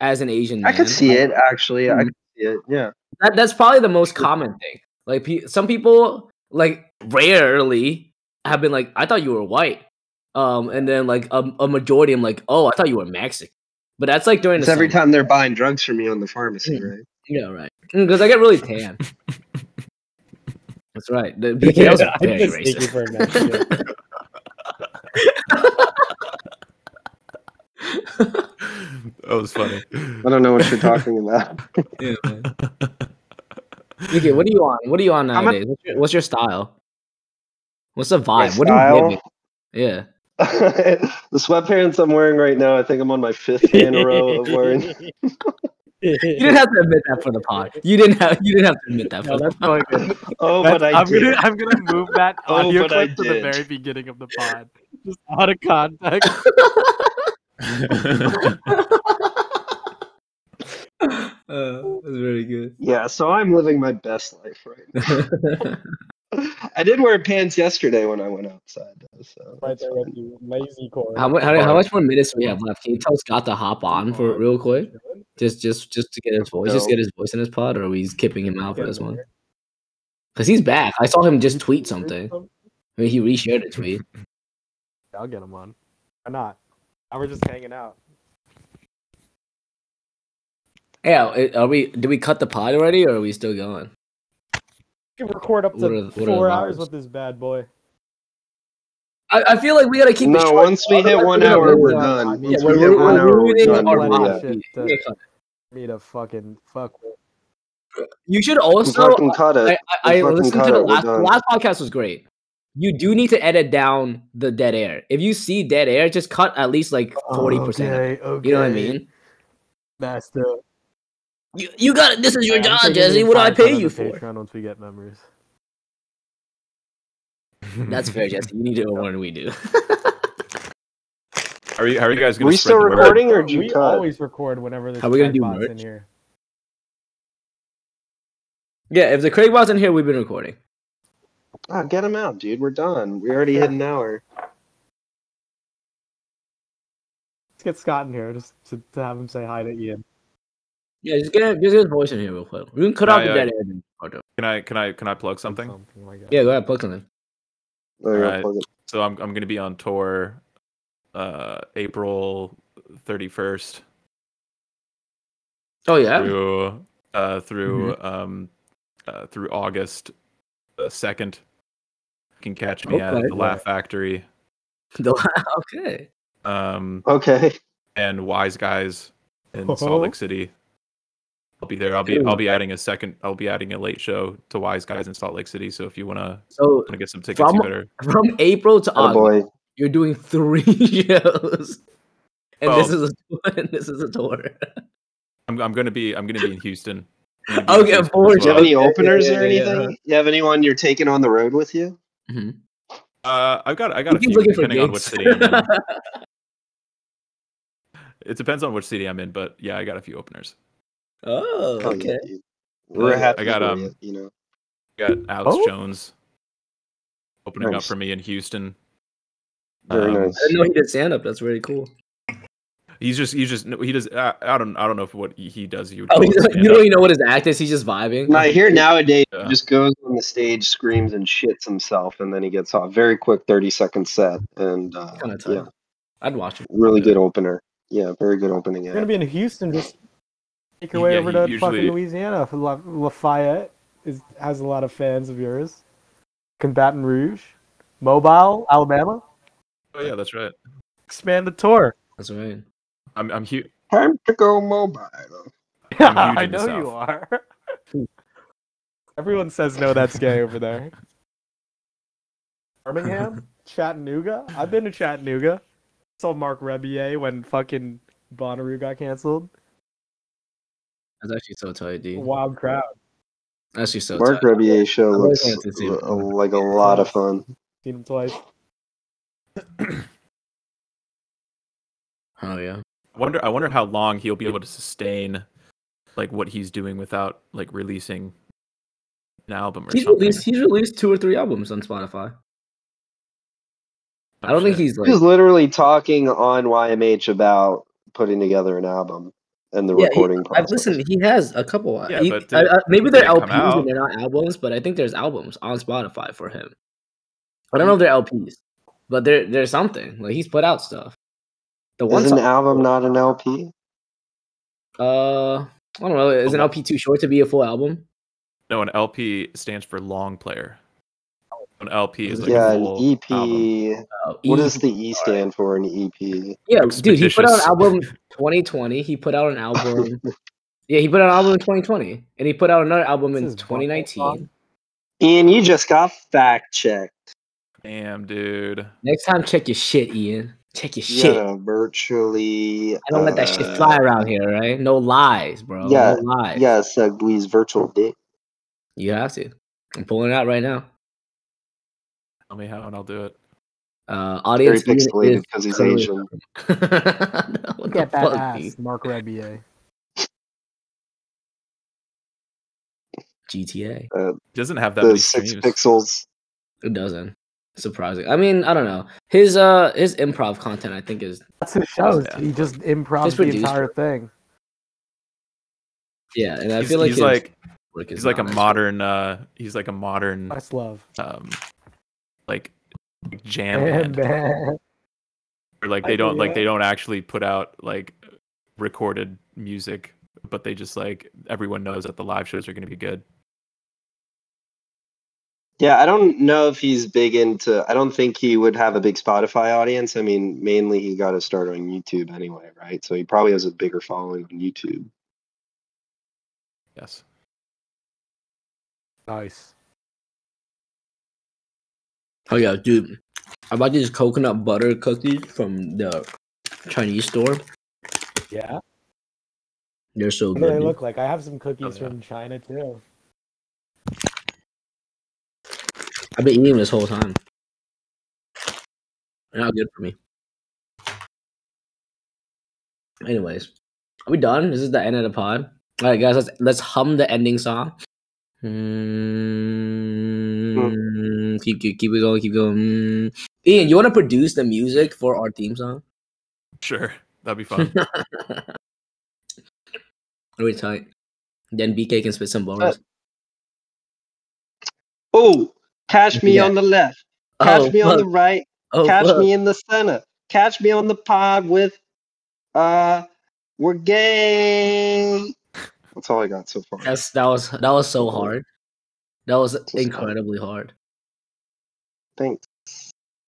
A: as an Asian
B: I
A: man.
B: could see it actually. I could see it. Yeah.
A: That, that's probably the most common thing. Like pe- some people, like rarely, have been like, "I thought you were white," um, and then like a, a majority, I'm like, "Oh, I thought you were Mexican." But that's like during
B: It's
A: the
B: every
A: summer.
B: time they're buying drugs from you in the pharmacy,
A: Mm.
B: right?
A: Yeah, right. Because I get really tan. that's right. The BK was
C: Yeah, I
A: very
C: just think
A: racist.
C: you for a minute, yeah.
D: that was funny.
B: I don't know what you're talking about.
A: Yeah, man. BK, what are you on? What are you on
B: I'm a-
A: nowadays? what's, your, what's your style? What's the vibe? What are you
B: style?
A: giving? Yeah.
B: the sweatpants I'm wearing right now, I think I'm on my fifth day in a row of wearing.
A: You didn't have to admit that for the pod. You didn't have. You didn't have to admit that. For
C: No,
A: the
C: that's probably good.
B: Oh,
F: That's-
B: but I
F: I'm
B: did.
F: gonna I'm gonna move that
B: Oh,
F: audio
B: but I
F: clip to the
B: did.
F: very beginning of the pod, just out of context.
A: uh, that's very good.
B: Yeah, so I'm living my best life right now. I did wear pants yesterday when I went outside, though. So
C: right
B: that's
C: there
B: fine.
C: with you, lazy core.
A: how, mu- how, how much more minutes do we have left? Can you tell Scott to hop on for real quick? Just just just to get his voice, just
B: No.
A: get his voice in his pod, or are we skipping him out for this one?
C: Just
A: Because he's back. I saw him just tweet something. I mean, he reshared a tweet.
C: I'll get him on. Why not? Now we're just hanging out.
A: Yeah, i- are we? Did we cut the pod already, or are we still going?
C: We can record up to
A: What are- what are
C: four
A: the
C: hours
A: vibes?
C: with this bad boy.
A: I, I feel like we gotta keep. it
B: No,
A: short,
B: once we hit
A: otherwise we're
B: one
A: gonna
B: hour,
A: ruin
B: we're
A: our-
B: done.
C: Yeah,
B: Once
A: we're,
B: we
A: we're,
B: hit one
A: we're
B: hour, we're
A: ruining
B: done.
A: our
B: We're
C: mind.
B: done.
A: pod.
C: Yeah.
A: Yeah, cut it.
C: Me to fucking fuck with.
A: You should
B: We
A: also.
B: fucking cut
A: I,
B: it.
A: I, I
B: fucking
A: listened
B: cut
A: to the
B: it, we're
A: last,
B: done.
A: last podcast was great. You do need to edit down the dead air. If you see dead air, just cut at least like forty percent.
C: Okay, Oh, okay.
A: You know what I mean?
C: Master.
A: You, you got it. This is your
C: I'm
A: job,
C: taking
A: Jesse.
C: the
A: What do I
C: entire
A: pay
C: cut
A: you
C: of the
A: for?
C: Patreon once we get members.
A: That's fair, Jesse. You need it more than we do.
D: How are you? How are you guys
B: Are
D: gonna?
B: we
D: spread
B: still
D: the word?
B: recording or did
C: we
B: you cut?
C: always record whenever there's
A: How we gonna
C: chat
A: do
C: bots in
A: merch?
C: here.
A: yeah, if the Craig wasn't here, we've been recording.
B: Ah, get him out, dude. We're done. We already hit an hour.
C: Let's get Scott in here just to, to have him say hi to Ian.
A: Yeah, just get just get his voice in here real quick. We can cut
D: Yeah,
A: off the
D: yeah.
A: dead air. then record it.
D: Can I? Can I? Can I plug something?
C: Something like that.
A: Yeah, go ahead, plug something.
B: There you go,
D: Alright.
B: plug it.
D: So I'm I'm gonna be on tour, uh, April 31st
A: Oh yeah,
D: through uh through
B: Mm-hmm.
D: um uh, through August uh, second. You can catch me at
A: Okay.
D: the Laugh Factory
A: The- okay.
D: um
B: Okay.
D: and Wise Guys in
C: Oh.
D: Salt Lake City. I'll be there. I'll be I'll be adding a second. I'll be adding a late show to Wise Guys in Salt Lake City. So if you wanna
A: So
D: wanna get some tickets,
A: From-
D: you better.
A: from April to
B: Oh
A: August,
B: boy.
A: you're doing three shows, and this
D: Well-
A: is a, and this is a tour.
D: I'm I'm gonna be I'm gonna be in Houston. I'm gonna be in
A: Okay,
D: Houston as
A: for sure.
B: Do you have
D: well.
B: any
A: Yeah, yeah,
B: openers
A: yeah,
B: or
A: yeah,
B: anything? You have anyone you're taking on the road with you?
D: Uh, I've got I got
A: You
D: a
A: keep
D: few
A: looking for
D: depending on which
A: gigs.
D: city I'm in. it depends on which city I'm in, but yeah, I got a few openers.
A: Oh,
B: Hell
A: okay.
B: yeah, dude. We're
D: Uh,
B: happy.
D: I got,
B: for
D: um,
B: you, you know.
D: Got Alex
C: Oh?
D: Jones opening up
B: Nice.
D: for me in Houston.
B: Very
D: Um,
B: nice.
A: I didn't know he did stand up. That's really cool.
D: He's just he's just no, he does I, I don't I don't know if what he does. You would
A: Oh,
D: call
A: he's
D: it
A: like, you
D: stand-up.
A: don't even know what his act is. He's just vibing.
B: Now here nowadays
D: Yeah.
B: he just goes on the stage, screams and shits himself, and then he gets off. Very quick, thirty second set, and uh,
A: Kind of tight.
B: yeah,
A: I'd watch him.
B: really
D: Yeah.
B: good opener. Yeah, very good opening.
C: You're gonna
B: act.
C: be in Houston. Just make your
D: Yeah,
C: way over
D: he
C: to
D: usually-
C: fucking Louisiana. La- Lafayette is has a lot of fans of yours. Can Baton Rouge, Mobile, Alabama,
D: Oh yeah, that's right.
G: Expand the tour.
A: That's right.
D: I'm I'm, hu-
B: Time to go mobile.
D: I'm huge
G: I
D: in the
G: know you
D: South.
G: are.
C: Everyone says no, that's gay over there. Birmingham, Chattanooga. I've been to Chattanooga. Saw Mark Rebier when fucking Bonnaroo got canceled.
A: That's actually so tight, dude.
C: Wild crowd.
A: That's actually so
B: Mark
A: tight.
B: Rebier show
A: I always
B: looks
A: wanted to see
B: l-
A: it.
B: like a lot of fun.
C: Seen him twice.
A: Oh yeah.
D: wonder I wonder how long he'll be able to sustain like what he's doing without like releasing an album or
A: He's
D: something.
A: released. He's released two or three albums on Spotify. I don't think he's
B: He
A: like.
B: was literally talking on YMH about putting together an album and the
A: Yeah, he-
B: recording process.
A: I've listened. He has a couple.
D: Yeah,
A: he-
D: but
A: I-
D: did-
A: I- maybe
D: did
A: they're
D: it come
A: LPs
D: out?
A: and they're not albums, but I think there's albums on Spotify for him. I don't know if they're LPs, but there there's something like he's put out stuff. The one
B: Is an
A: song,
B: album not an LP?
A: uh, I don't know. Is an
B: Oh.
A: LP too short to be a full album?
D: No, an LP stands for long player. An LP is like
B: yeah,
D: a
B: an E
D: full
B: EP.
D: album.
A: Oh,
B: What
A: E-
B: does the E stand for in EP?
A: Yeah, dude, he put out an
D: Expeditious.
A: album 2020. He put out an album. yeah, he put out an album in 2020, and he put out another album
C: This
A: in
C: is Bumble Song.
A: 2019.
B: Ian, you just got fact checked.
D: Damn, dude.
A: Next time, check your shit, Ian. Check your shit.
B: Yeah, virtually.
A: I don't let that shit
B: uh,
A: fly around here, right? No lies, bro.
B: Yeah,
A: no lies.
B: Yes, Uglies virtual dick.
A: you have to. I'm pulling it out right now.
D: Tell me how and I'll do it.
A: Uh,
B: Very
A: audience. Ian is
B: pixelated because he's
A: curly.
B: Asian.
A: No, what the
C: Get that
A: fuck,
C: ass,
A: dude?
C: Mark Rebier.
A: GTA.
D: He doesn't have that
B: The
D: many
B: six
D: streams.
B: pixels.
A: It doesn't. Surprising. I mean, I don't know. His uh, his improv content, I think, is
C: That's his shows.
D: Yeah.
C: He just improv
A: Just
C: the
A: produced
C: entire thing.
A: yeah, and I
D: He's,
A: feel like
D: he's
A: his
D: like
A: work is
D: he's like a
A: not as-
D: modern uh he's like a modern
C: That's love.
D: um like jam
C: Man,
D: band.
C: man.
D: Or, like
C: I
D: they don't
C: do,
D: like
C: yeah.
D: they don't actually put out like recorded music, but they just like everyone knows that the live shows are gonna be good.
B: Yeah, I don't know if he's big into. I don't think he would have a big Spotify audience. I mean, mainly he got his start on YouTube anyway, right? So he probably has a bigger following on YouTube.
D: Yes.
C: Nice.
A: Oh yeah, dude. I bought these coconut butter cookies from the Chinese store.
C: Yeah.
A: They're so
C: What do
A: good.
C: they
A: dude.
C: look like? I have some cookies
D: yeah.
C: from China too.
A: I've been eating them this whole time. They're not good for me. Anyways, are we done? This is the end of the pod. All right, guys, let's let's hum the ending song. Mm, keep, keep keep it going, keep going. Mm. Ian, you want to produce the music for our theme song?
D: Sure. That'd be fun.
A: Really tight. Then BK can spit some bars.
B: Oh, catch me
A: Yeah. Oh,
B: on the left. Uh, Catch me on
A: fuck.
B: the right.
A: Oh,
B: catch
A: fuck.
B: me in the center. Catch me on the pod with. Uh, we're gay. That's all I got so far.
A: That's that was that was so hard. That was
B: hard.
A: incredibly hard.
B: Thanks.